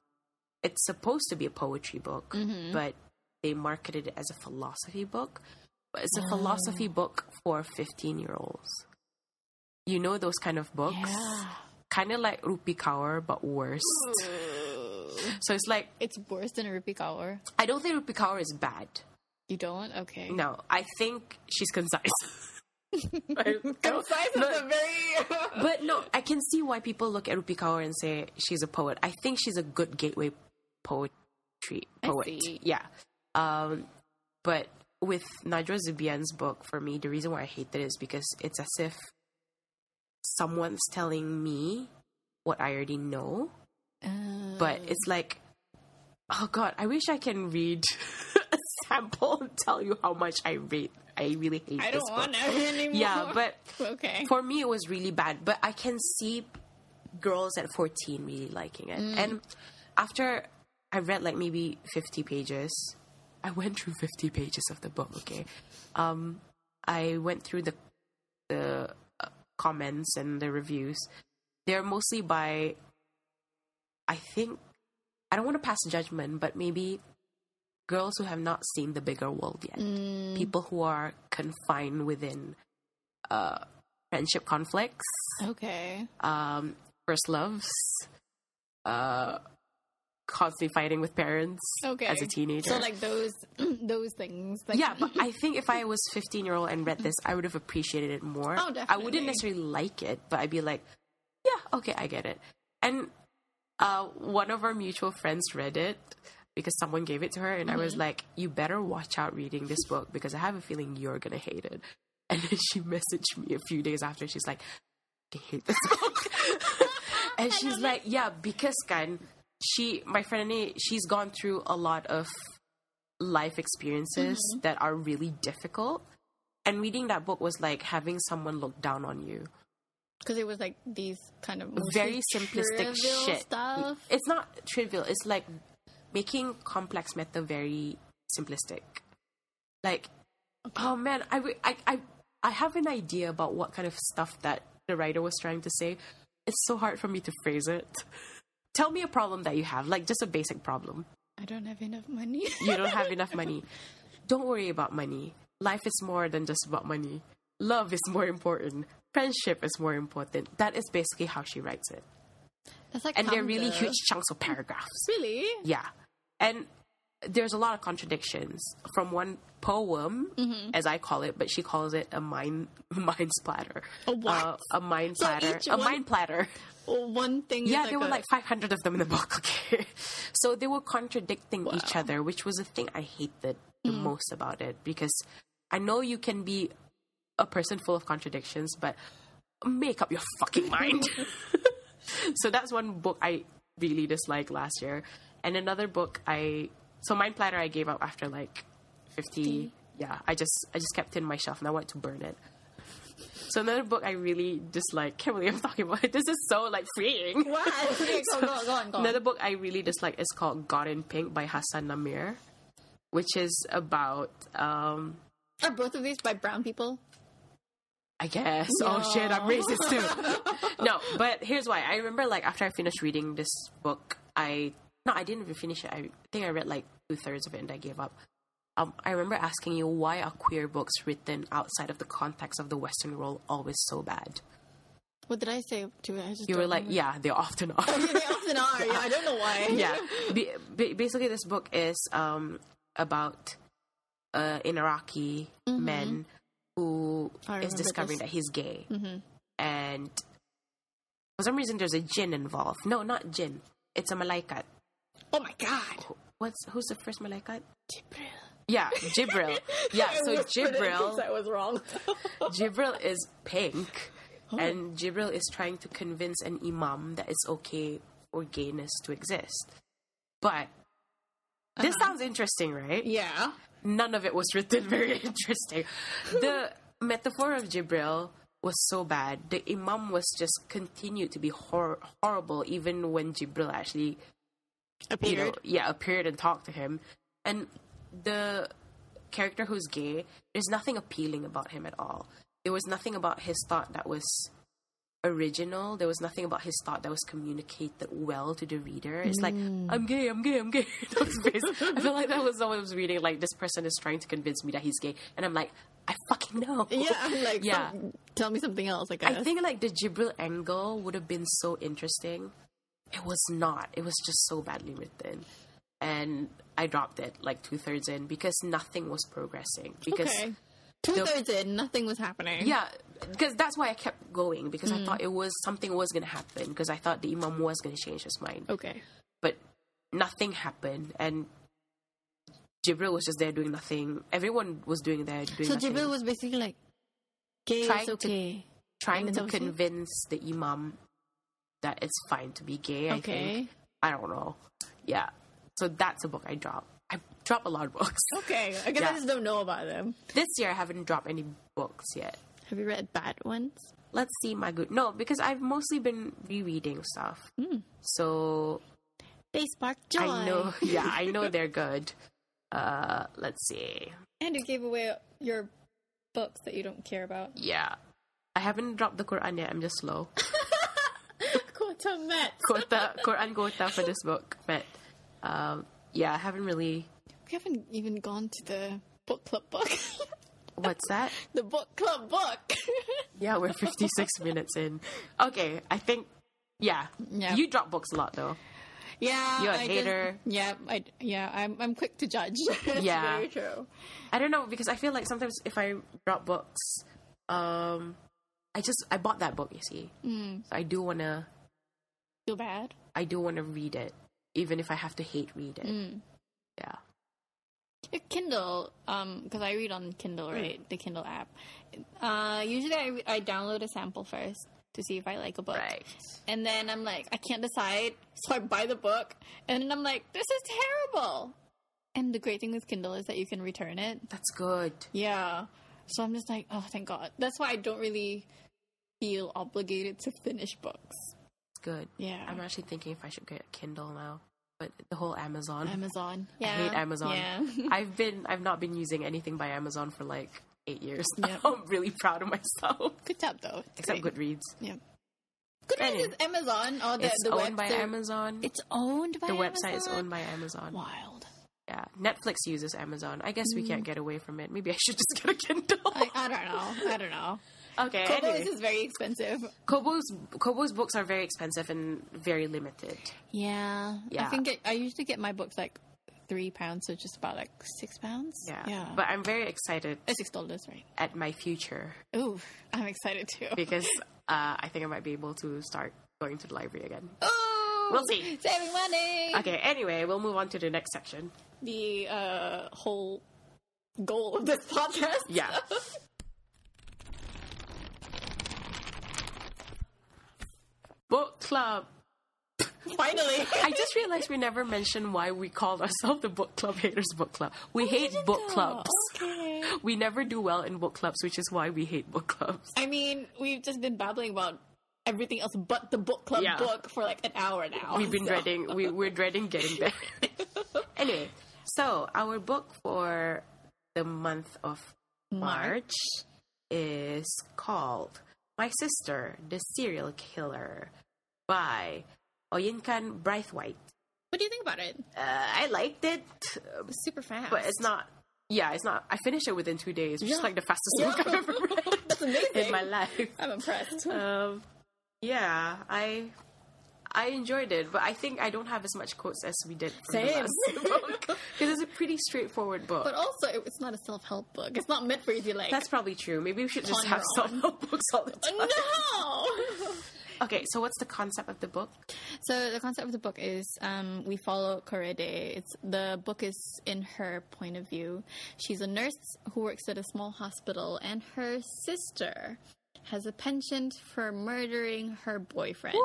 it's supposed to be a poetry book, Mm-hmm. but they marketed it as a philosophy book. But Oh. it's a philosophy book for 15 year olds. You know those kind of books, kind of like Rupi Kaur, but worse. So it's like It's worse than a Rupi Kaur. I don't think Rupi Kaur is bad. You don't? Okay. No, I think she's concise. I- Concise is But- a very. but no, I can see why people look at Rupi Kaur and say she's a poet. I think she's a good gateway poetry poet. see. Yeah. Um, but with Najwa Zubian's book, for me, the reason why I hate it is because it's as if someone's telling me what I already know, Uh, but it's like, oh god, I wish I can read a sample and tell you how much I read. I really hate. I this don't book. want it anymore. Yeah, but okay. for me it was really bad but i can see girls at 14 really liking it and after i read like maybe 50 pages i went through 50 pages of the book okay um i went through the the uh, comments and the reviews they're mostly by i think i don't want to pass judgment but maybe girls who have not seen the bigger world Mm. yet people who are confined within uh friendship conflicts, okay. um, first loves, uh, constantly fighting with parents Okay. as a teenager. So like those those things. Like, yeah, but I think if I was 15 year old and read this, I would have appreciated it more. Oh, I wouldn't definitely. necessarily like it, but I'd be like, yeah, okay, I get it. And uh, one of our mutual friends read it because someone gave it to her, and I Mm-hmm. was like, you better watch out reading this book because I have a feeling you're gonna hate it. And then she messaged me a few days after. She's like, I hate this book. and she's like, yeah, because kan, she, my friend Ane, she's gone through a lot of life experiences Mm-hmm. that are really difficult. And reading that book was like having someone look down on you. because it was like these kind of mostly Very simplistic trivial shit. stuff. It's not trivial. It's like making complex matter very simplistic. Like, oh man, I, w- I, I, I have an idea about what kind of stuff that the writer was trying to say. It's so hard for me to phrase it. Tell me a problem that you have, like just a basic problem. I don't have enough money. You don't have enough money. Don't worry about money. Life is more than just about money. Love is more important. Friendship is more important. That is basically how she writes it. That's like And they're kinda- really huge chunks of paragraphs. Really? Yeah. And there's a lot of contradictions from one poem, Mm-hmm. as I call it, but she calls it a mind mind splatter. A what? Uh, a mind So platter. each a one- mind platter. Well, one thing. Yeah, is there were a- like 500 of them in the book. Okay. So they were contradicting each Wow. other, which was the thing I hated the most about it because I know you can be a person full of contradictions, but make up your fucking mind. so that's one book I really disliked last year. And another book I so Mind Platter I gave up after like 50 yeah, I just I just kept it in my shelf and I wanted to burn it. So another book I really dislike. Can't believe I'm talking about it. This is so like freeing. What? Okay, go, go, go on, go on. Another book I really dislike is called God in Pink by Hassan Namir, which is about, um, Are both of these by brown people? I guess, oh shit, I'm racist too. no, but here's why. I remember, like, after I finished reading this book, I, no, I didn't even finish it. I think I read like two thirds of it and I gave up. Um, I remember asking you, why are queer books written outside of the context of the Western world always so bad? What did I say to it? I just You were don't like, remember. yeah, they often are. they often are. Yeah, I don't know why. yeah. Ba ba- basically, this book is um, about uh, an Iraqi man who Mm-hmm. I is remember discovering this. that Mm-hmm. he's gay, and for some reason, there's a jinn involved. No, not jinn. It's a malaikat. Oh my god. What's who's the first malaikat? Yeah, Jibril. Yeah, I so whispered it in case Jibril. I was wrong. Jibril is pink, and Jibril is trying to convince an imam that it's okay for gayness to exist. But this sounds interesting, right? yeah. none of it was written very interesting. The metaphor of Jibril was so bad. The Imam was just continued to be hor- horrible even when Jibril actually you know, yeah, appeared and talked to him. And the character who's gay, there's nothing appealing about him at all. There was nothing about his thought that was original. There was nothing about his thought that was communicated well to the reader. It's like, I'm gay, I'm gay, I'm gay. That was basi- I feel like that was someone was reading, like, this person is trying to convince me that he's gay. And I'm like, I fucking know. Yeah. I'm like, Yeah. some- tell me something else. I guess. I think like the Jibril angle would have been so interesting. It was not. It was just so badly written, and I dropped it like two thirds in because nothing was progressing. Because okay. Two thirds in, nothing was happening. yeah, because that's why I kept going because Mm-hmm. I thought it was something was gonna happen because I thought the imam was gonna change his mind, Okay. but nothing happened and. Jibril was just there doing nothing. Everyone was doing there doing So nothing. Jibril was basically like, gay Trying is to- okay. trying What to was he? convince the imam that it's fine to be gay. I think Okay. I don't know. Yeah, so that's a book I drop. I drop a lot of books Okay. I guess Yeah. I just don't know about them. this year. I haven't dropped any books yet. Have you read bad ones? Let's see my good. No, because I've mostly been rereading stuff. So They spark joy. I know. Yeah, I know they're good. Uh, let's see. And you gave away your books that you don't care about. Yeah, I haven't dropped the Quran yet. I'm just slow. Quota met. Quota, Quran quota for this book, but um, yeah, I haven't really. We haven't even gone to the book club book. What's that? the book club book. Yeah, we're 56 minutes in. Okay, I think. Yeah. Yeah. You drop books a lot, though. yeah, You're a I just- hater. yeah, I, yeah, I'm I'm quick to judge. That's Yeah. very true. I don't know, because I feel like sometimes if I drop books, um, I just. I bought that book, you see. Mm. So I do want to. Feel bad. I do want to read it, even if I have to hate read it. Mm. Yeah. Your Kindle, um, because I read on Kindle, right? The Kindle app. Uh, usually I, re- I download a sample first to see if I like a book. Right. And then I'm like, I can't decide, so I buy the book. And then I'm like, this is terrible. And the great thing with Kindle is that you can return it. That's good. Yeah. So I'm just like, oh, thank God. That's why I don't really feel obligated to finish books. It's good. Yeah. I'm actually thinking if I should get a Kindle now, but the whole Amazon. Amazon. I Yeah. hate Amazon. Yeah. I've been I've not been using anything by Amazon for like eight years. Yep. I'm really proud of myself. Good job, though. It's Except great. Goodreads. Yeah. Goodreads Anyway. is Amazon. Or the, it's the owned website. by Amazon. It's owned by the website is Amazon? owned by Amazon. Wild. Yeah. Netflix uses Amazon. I guess we can't get away from it. Maybe I should just get a Kindle. Mm. I, I don't know. I don't know. okay. Kobo anyway. is just very expensive. Kobo's Kobo's books are very expensive and very limited. Yeah. Yeah. I think it, I usually get my books like three pounds, so just about like six pounds. Yeah. Yeah. But I'm very excited Uh, six dollars, right? at my future Ooh, I'm excited too. because uh, I think I might be able to start going to the library again. Ooh, We'll see. Saving money. Okay, anyway, we'll move on to the next section. The uh, whole goal of this podcast. Yeah. Book club. Finally. I just realized we never mentioned why we called ourselves the Book Club Haters Book Club. Oh, We hate book clubs. Okay. We never do well in book clubs, which is why we hate book clubs. I mean, we've just been babbling about everything else but the book club Yeah. book for like an hour now. We've been so- dreading. We, we're dreading getting there. anyway, so our book for the month of March, is called "My Sister, the Serial Killer" by Oyinkan Braithwaite. What do you think about it? Uh, I liked it, It's super fast. but it's not. Yeah, it's not. I finished it within two days, which is Yeah. like the fastest Yeah. book I've ever read That's amazing. in my life. I'm impressed. Um, yeah, I I enjoyed it, but I think I don't have as much quotes as we did from the Same. last book because it's a pretty straightforward book. but also, it, it's not a self help book. It's not meant for you to like. That's probably true. Maybe we should just Ponder have on. self-help books all the time. no. Okay, so what's the concept of the book? so the concept of the book is um, we follow Corede. It's the book is in her point of view. She's a nurse who works at a small hospital, and her sister has a penchant for murdering her boyfriends.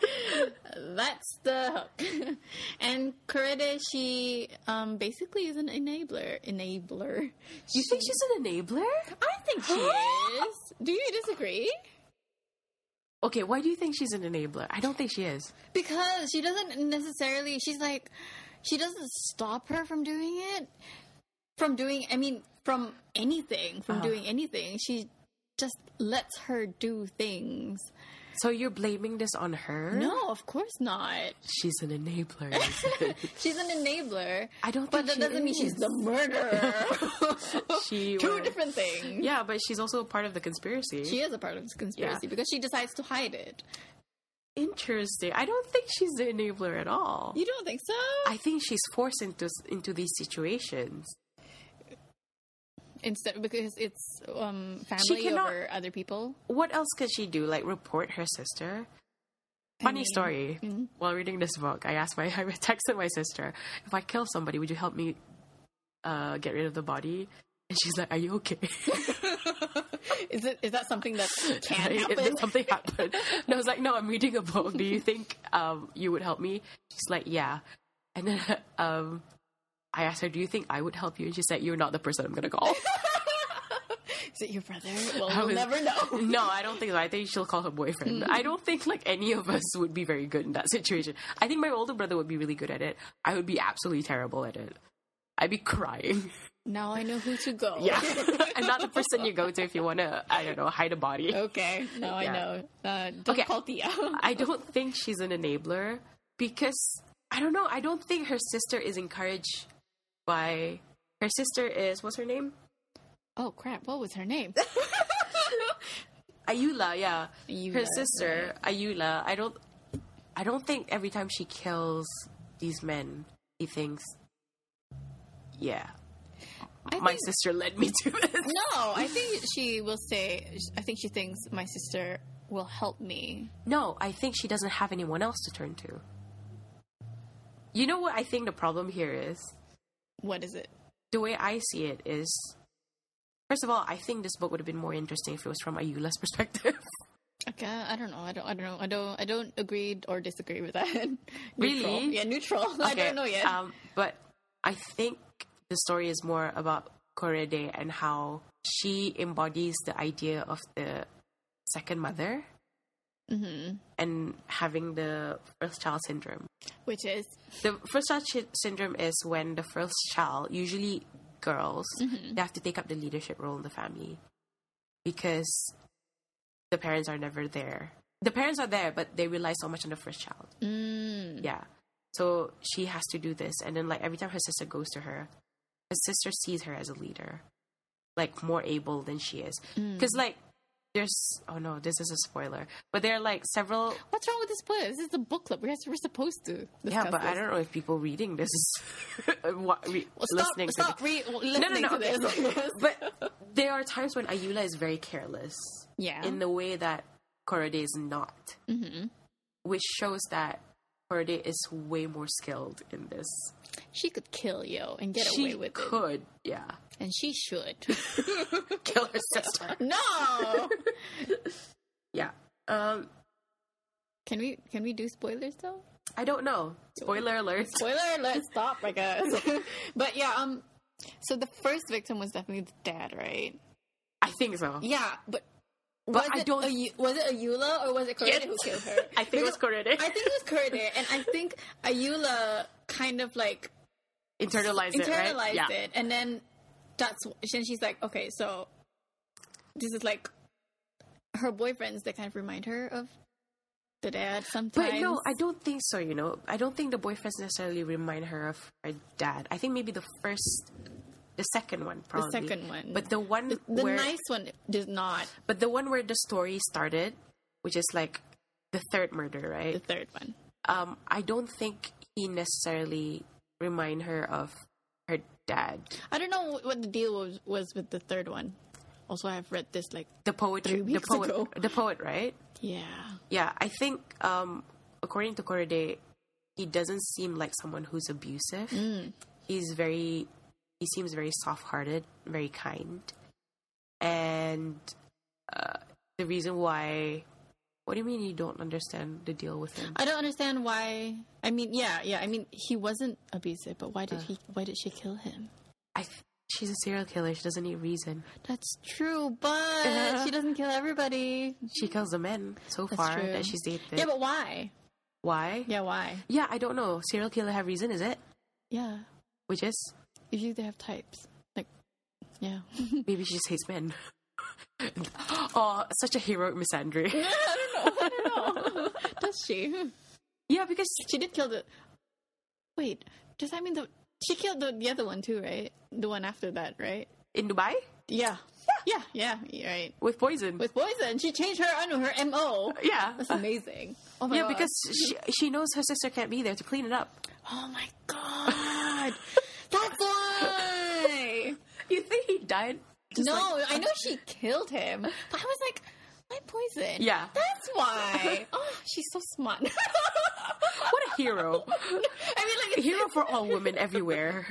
That's the hook. and Corede, she um, basically is an enabler. Enabler. You think she's an enabler? I think she is. Do you disagree? Okay, why do you think she's an enabler? I don't think she is. Because she doesn't necessarily. She's like, she doesn't stop her from doing it. From doing, I mean, from anything, Uh-huh. from doing anything. She just lets her do things. So you're blaming this on her? No, of course not. She's an enabler. you said. She's an enabler. I don't But think that she doesn't mean she's is. the murderer. She Two was- different things. yeah, but she's also a part of the conspiracy. She is a part of this conspiracy Yeah. because she decides to hide it. Interesting. I don't think she's the enabler at all. You don't think so? I think she's forced into into these situations. Instead, because it's um, family cannot- over other people. What else could she do? Like report her sister? Funny mean, story. Mm-hmm. While reading this book, I asked my I texted my sister, "If I kill somebody, would you help me uh, get rid of the body?" And she's like, "Are you okay? Is it is that something that can Like, happen? Did something happen?" And I was like, "No, I'm reading a book. Do you think um, you would help me?" She's like, "Yeah." And then um, I asked her, "Do you think I would help you?" And she said, "You're not the person I'm gonna call." Is it your brother? Well, I we'll was- never know. No, I don't think so. I think she'll call her Mm. boyfriend. I don't think like any of us would be very good in that situation. I think my older brother would be really good at it. I would be absolutely terrible at it. I'd be crying. Now I know who to go. Yeah. and not the person you go to if you want to, I don't know, hide a Oh, body. Okay. Now I Yeah. know. Uh, don't Okay. call Tia. I don't think she's an enabler because I don't know. I don't think her sister is encouraged by her sister is what's her name? oh crap! What was her name? Ayula, yeah. her Ayula, sister, Ayula. I don't I don't think every time she kills these men, he thinks yeah, I my think- sister led me to this. No, I think she will say. I think she thinks my sister will help me. No, I think she doesn't have anyone else to turn to. You know what I think the problem here is? What is it? the way I see it is, first of all, I think this book would have been more interesting if it was from Ayula's perspective. Okay, I don't know. I don't. I don't know. I don't. I don't agree or disagree with that. Neutral. Really? Yeah, neutral. I Okay, don't know yet. Um, but I think the story is more about Korede and how she embodies the idea of the second mother hmm and having the first child syndrome. Which is The first child shi- syndrome is when the first child, usually girls, Mm-hmm. they have to take up the leadership role in the family because the parents are never there. The parents are there, but they rely so much on the first child. mm, Yeah. So she has to do this. And then, like, every time her sister goes to her, her sister sees her as a leader, like, more able than she is. Mm. Because, like, there's, oh no, this is a spoiler, but there are, like, several. what's wrong with this book? This is the book club. We're, we're supposed to. Yeah, discuss but I this. don't know if people reading this is what, re- Well, stop, listening to stop the- re- listening to okay. this. but there are times when Ayula is very careless yeah. in the way that Korode is not, hmm which shows that Korode is way more skilled in this. She could kill Yo and get she away with it. could, yeah, And she should. kill her sister. no. yeah. Um, Can we can we do spoilers though? I don't know. Spoiler alert. Spoiler alert, stop, I guess. but yeah, um so the first victim was definitely the dad, right? I think so. Yeah, but But was I it don't- Ayu- was it Ayula or was it Kurede Yes. who killed her? I think it was Because- Kurede. I think it was Kurede, and I think Ayula kind of like Internalize it, right? internalized it, and then that's and she's like, okay, so this is like her boyfriends that kind of remind her of the dad sometimes. But no, I don't think so, you know. I don't think the boyfriends necessarily remind her of her dad. I think maybe the first the second one probably. second one. But the one the where nice one does not. but the one where the story started, which is like the third murder, The right? third one. Um, I don't think he necessarily remind her of her dad. I don't know what the deal was, was with the third one. Also, I've read this like The poet Three the weeks poet ago. the poet, right? yeah, Yeah, I think um, according to Corday, he doesn't seem like someone who's abusive. Mm. He's very, he seems very soft-hearted, very kind, and uh, the reason why. What do you mean you don't understand the deal with him? I don't understand why. I mean, yeah, yeah. I mean, he wasn't abusive, but why did he? Why did she kill him? I, th- she's a serial killer. She doesn't need reason. That's true, but she doesn't kill everybody. She kills the men so That's far true. that she's dated. Yeah, but why? why? Yeah, why? yeah, I don't know. Serial killer have reason, is it? Yeah, Which is if you they have types, like yeah. Maybe she just hates men. oh, such a heroic misandry. I don't know. I don't know. Does she? Yeah, because She did kill the. Wait, does that mean the she killed the, the other one too? Right, the one after that, right? in Dubai Yeah. Yeah, yeah, you're right. with poison. With poison, she changed her I know her MO. yeah. That's amazing. Oh my Yeah, god. because she she knows her sister can't be there to clean it up. Oh my god. That's why. You think he died? just no, like- I know she killed him. But I was like, why poison? Yeah. That's why. Oh, she's so smart. I mean what a hero! like it's- hero for all women everywhere.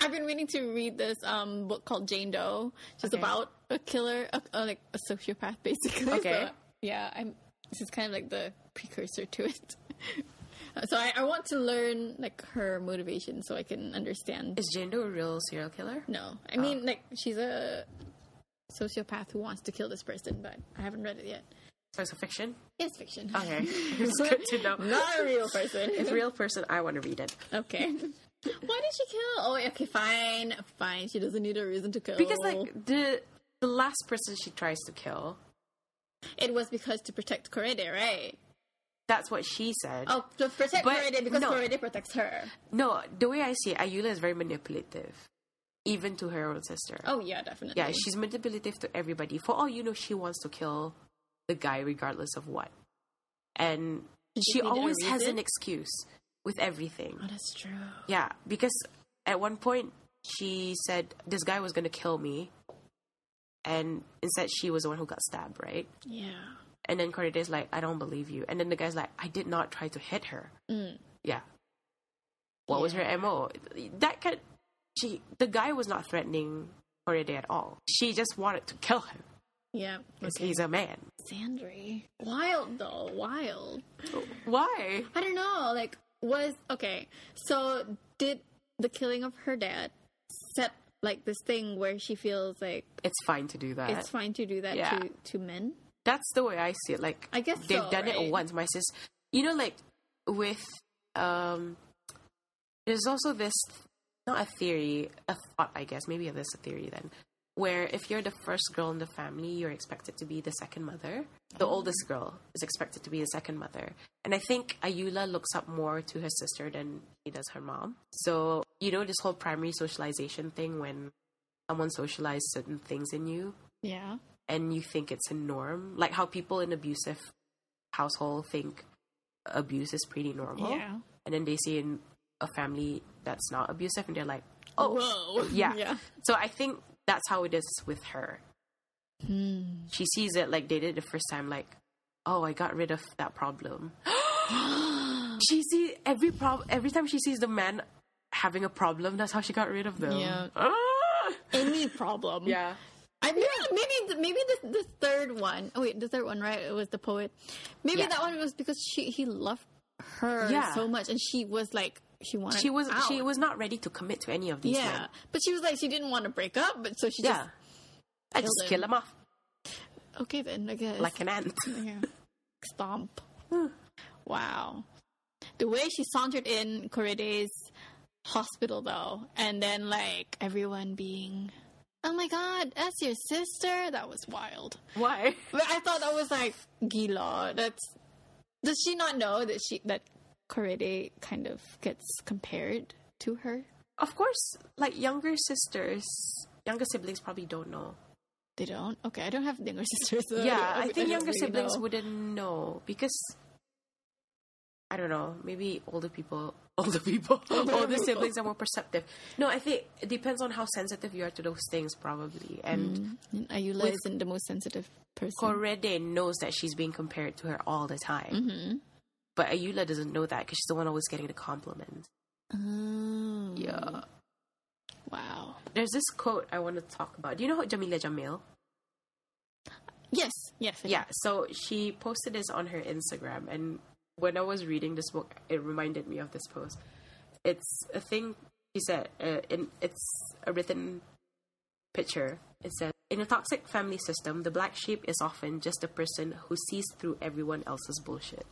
I've been meaning to read this um, book called Jane Doe, which is Okay. about a killer, a, a, like a sociopath, basically. Okay. So, yeah, I'm. This is kind of like the precursor to it. so I, I want to learn like her motivation so I can understand. Is Jane Doe a real serial killer? No, I mean Oh. like she's a sociopath who wants to kill this person, but I haven't read it yet. So it's a fiction? It's fiction. Okay. it's good to know. Not a real person. If real person, I want to read it. Okay. Why did she kill? Oh, okay, fine, fine. She doesn't need a reason to kill. Because, like, the the last person she tries to kill, it was because to protect Corrida, right? that's what she said. Oh, to protect But- Corrida because no. Corrida protects her. No, the way I see it, Ayula is very manipulative, even to her own sister. Oh yeah, definitely. Yeah, she's manipulative to everybody. For all you know, she wants to kill the guy regardless of what. And just she needed a always has reason? an excuse with everything. Oh, that's true. Yeah, because at one point she said this guy was going to kill me. And instead, she was the one who got stabbed, right? Yeah. And then Cordetta's like, I don't believe you. And then the guy's like, I did not try to hit her. Mm. Yeah. What was her MO? That kind she the guy was not threatening Corrida at all. She just wanted to kill him Yeah. because he's a man. Sandry. Wild though. Wild. Why? I don't know. Like, was okay. So, did the killing of her dad set like this thing where she feels like It's fine to do that. it's fine to do that Yeah. to to men? That's the way I see it. Like I guess they've so, done right? it once. My sis, you know, like with um, there's also this not a theory, a thought, I guess. Maybe this a theory then, where if you're the first girl in the family, you're expected to be the second mother. The Oh. oldest girl is expected to be the second mother, and I think Ayula looks up more to her sister than she does her mom. So you know this whole primary socialization thing when someone socializes certain things in you Yeah. and you think it's a norm, like how people in abusive household think abuse is pretty normal, Yeah. and then they see in a family that's not abusive, and they're like, "Oh, Whoa. yeah. yeah. So I think that's how it is with her. Hmm. She sees it like they did the first time, like, "Oh, I got rid of that problem." she sees every problem every time she sees the man having a problem. That's how she got rid of them. Yeah. Ah! Any problem? yeah. I maybe maybe maybe the, the third one. Oh wait, the third one, right? It was the poet. Maybe Yeah. that one was because she he loved her Yeah. so much, and she was like she wanted. She was out. she was not ready to commit to any of these yeah, men. but she was like she didn't want to break up, but so she Yeah. I kill just them. kill them off just okay then I guess like an ant. yeah. stomp. wow, the way she sauntered in Corrida's hospital though, and then like everyone being. Oh my god, that's your sister? That was wild. Why? But I thought that was like Gila. That's does she not know that she that Correde kind of gets compared to her? Of course, like younger sisters, younger siblings probably don't know. They don't. Okay, I don't have younger sisters. So yeah, Uh, don't- I, don't think younger really siblings know. wouldn't know because I don't know. Maybe older people, older people, older people. siblings are more perceptive. No, I think it depends on how sensitive you are to those things, probably. And Mm-hmm. And Ayula with- isn't the most sensitive person. Korede knows that she's being compared to her all the time, but Ayula doesn't know that because she's the one always getting the compliment. Oh, Yeah. Wow. There's this quote I want to talk about. Do you know Jamila Jamil? Yes. Yes. I Yeah, so she posted this on her Instagram, and when I was reading this book, it reminded me of this post. It's a thing she said, uh, in, it's a written picture. It says, In a toxic family system, the black sheep is often just the person who sees through everyone else's bullshit.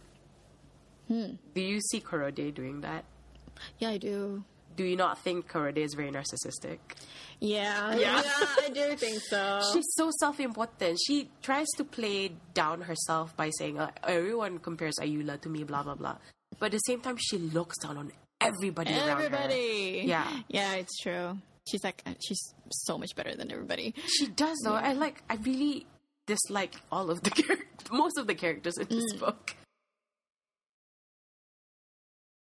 Do you see Korode doing that? do. Yeah, I do. Do you not think Korode is very narcissistic? Yeah. Yeah. I do think so. She's so self-important. She tries to play down herself by saying, uh, "Everyone compares Ayula to me," blah blah blah. But at the same time, she looks down on everybody, around her. Everybody. Yeah. Yeah, it's true. She's like uh, she's so much better than everybody. She does though. I like. I really dislike all of the characters, most of the characters in Mm. this book.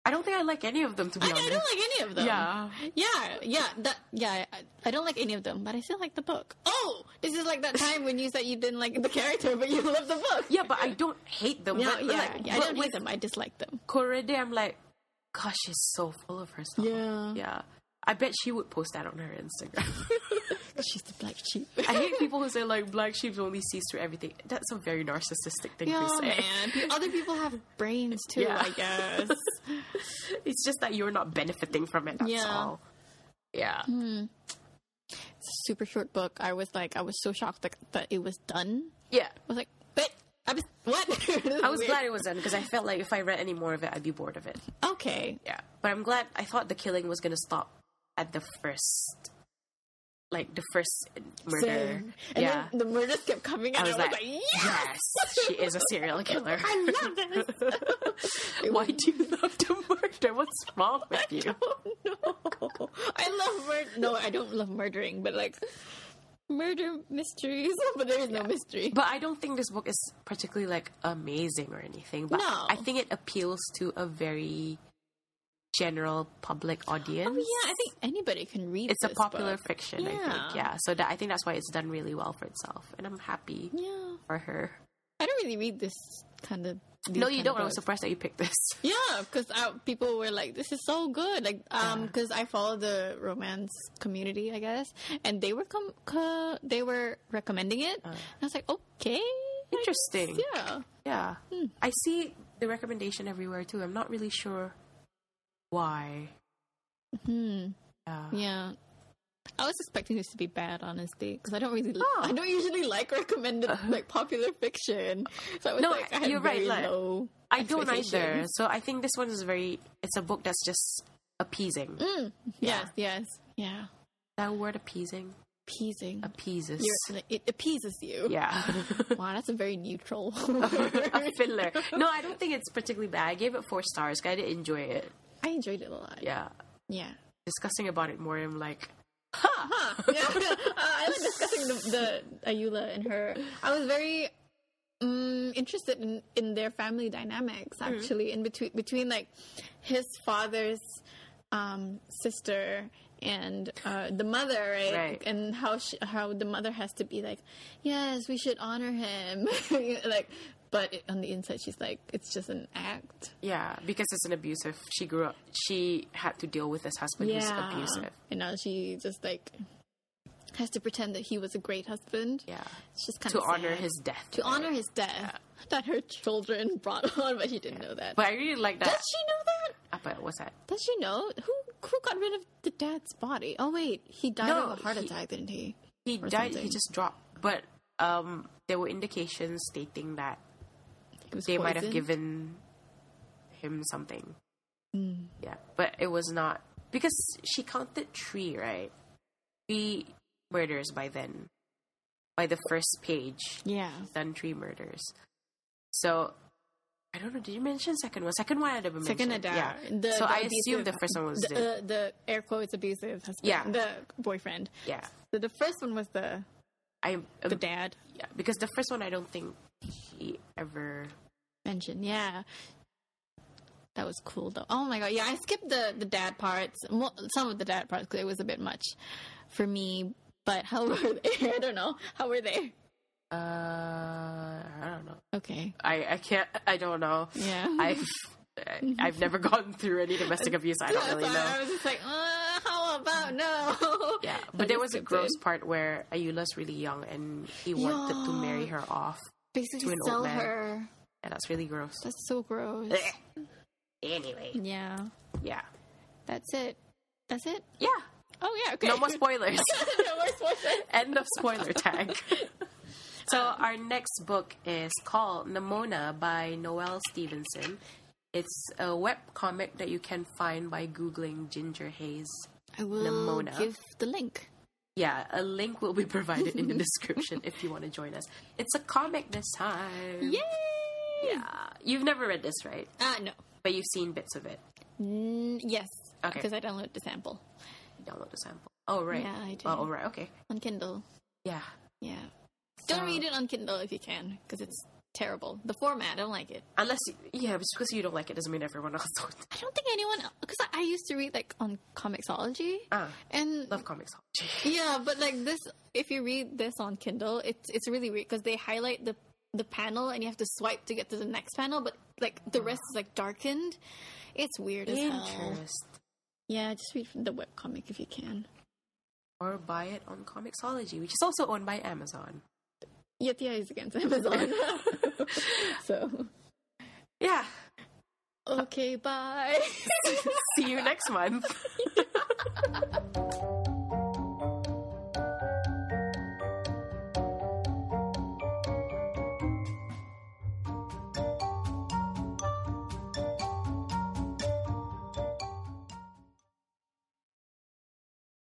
I don't think I like any of them to be I, I honest. don't like any of them. Yeah. yeah, yeah, that, yeah. I, I don't like any of them, but I still like the book. Oh, this is like that time when you said you didn't like the character, but you love the book. yeah, but I don't hate them. No, but, yeah, like, yeah, I but don't with like them. I dislike them. Korede, I'm like, gosh, she's so full of herself. Yeah. yeah. I bet she would post that on her Instagram. She's the black sheep. I hate people who say like black sheep only sees through everything. That's a very narcissistic thing yeah, to say. man. Pe- Other people have brains too, Yeah. I guess. It's just that you're not benefiting from it. That's Yeah. all. Yeah. Super short book. I was like, I was so shocked that, that it was done. Yeah. I was like, but I was what? I was glad it was done because I felt like if I read any more of it, I'd be bored of it. Okay. Yeah. But I'm glad. I thought the killing was gonna stop at the first, like the first murder. Same. And yeah. then the murders kept coming, and I was, like, yeah, yes, she is a serial killer. I love this. Why do you love to murder? What's wrong with you? no, I love murder. No, I don't love murdering, but like murder mysteries. But there is no mystery. But I don't think this book is particularly like amazing or anything. But No. I think it appeals to a very general public audience. Oh, yeah, I think anybody can read. It's a this popular book. fiction, I Yeah. think. Yeah. So that, I think that's why it's done really well for itself. And I'm happy Yeah, for her. I don't really read this kind of. these no, you kind don't. of I was books. surprised that you picked this. Yeah, because people were like, "This is so good!" Like, um, because I follow the romance community, I guess, and they were com- co- they were recommending it. And I was like, "Okay, I Hmm. guess, Uh. Interesting. yeah, Yeah. I see the recommendation everywhere too. I'm not really sure why. Hmm. Yeah. yeah." I was expecting this to be bad, honestly, because I don't really, Oh. Uh-huh. I don't usually like recommended like popular fiction. So I was No, like, I had you're right, very like, low. I don't either. expectations. So I think this one is very. It's a book that's just appeasing. Yes, yes, yeah, That word appeasing appeasing. appeases. You're, it appeases you. yeah. Wow, that's a very neutral. a fiddler. No, I don't think it's particularly bad. I gave it four stars. 'cause I did enjoy it. I enjoyed it a lot. Yeah. Yeah. Discussing about it more, I'm like, Huh. Yeah. uh, I was discussing the, the Ayula and her. I was very um, interested in, in their family dynamics, actually, in between between like his father's um, sister and uh, the mother, right? Right. And how she, how the mother has to be like, yes, we should honor him, like. But it, on the inside, she's like, it's just an act. yeah, because it's an abusive. She grew up. She had to deal with this husband who's abusive. And now she just like has to pretend that he was a great husband. Yeah. It's just kind To of honor his death. to honor his death that her children brought on, but she didn't know that. But I really like that. Does she know that? Uh, but what's that? Does she know who who got rid of the dad's body? Oh wait, he died No, of a heart he- attack, didn't he? He or died. He something. just dropped. But um, there were indications stating that He was they might have poisoned? given him something. Hmm. Yeah, but it was not because she counted three, right? Three murders by then, by the first page, Yeah. done three murders. So I don't know. Did you mention second one? Second one I'd have mentioned. Second Adar. yeah. The, so the I assume abusive- the first one was the, the, uh, the air quotes abusive husband. Yeah. The boyfriend. yeah. So the first one was the I um, the dad yeah because the first one I don't think he ever mention. Yeah. That was cool though. Oh my god, yeah, I skipped the the dad parts, mo- some of the dad parts because it was a bit much for me. But how were they? I don't know. How were they? Uh, I don't know. Okay. I, I can't. I don't know. Yeah. I've I've never gone through any domestic abuse. I don't That's really why I know. was just like, uh, how about no? Yeah, So I but there just was a skipped gross it. part where Ayula's really young and he wanted to Yeah. marry her off, to basically an old sell man. her. and that's really gross. That's so gross. anyway, yeah. yeah, That's it. That's it. yeah. Oh yeah. Okay. No more spoilers. no more spoilers. End of spoiler tag. So our next book is called Namona by Noelle Stevenson. It's a web comic that you can find by googling Ginger Hayes I will Nimona. give the link. Yeah, a link will be provided in the description if you want to join us. It's a comic this time. Yay! Yeah. You've never read this, right? Ah no. But you've seen bits of it. Mm, yes. Okay. Because I downloaded the sample You download the sample. Oh, right. Yeah, I did. Oh, oh, right. Okay. on Kindle. Yeah. Yeah. So- Don't read it on Kindle if you can, because it's terrible. The format, I don't like it. Unless, you, yeah, just because you don't like it doesn't mean everyone else don't. I don't think anyone because I, I used to read like on Comixology Ah. and Love comics. yeah, but like this, if you read this on Kindle, it's it's really weird because they highlight the the panel and you have to swipe to get to the next panel, but like the rest is like darkened. It's weird as hell. Interest. Yeah, just read the webcomic if you can. or buy it on Comixology, which is also owned by Amazon. Yeah, Tia is against Amazon. so, Yeah. okay, bye. See you next month.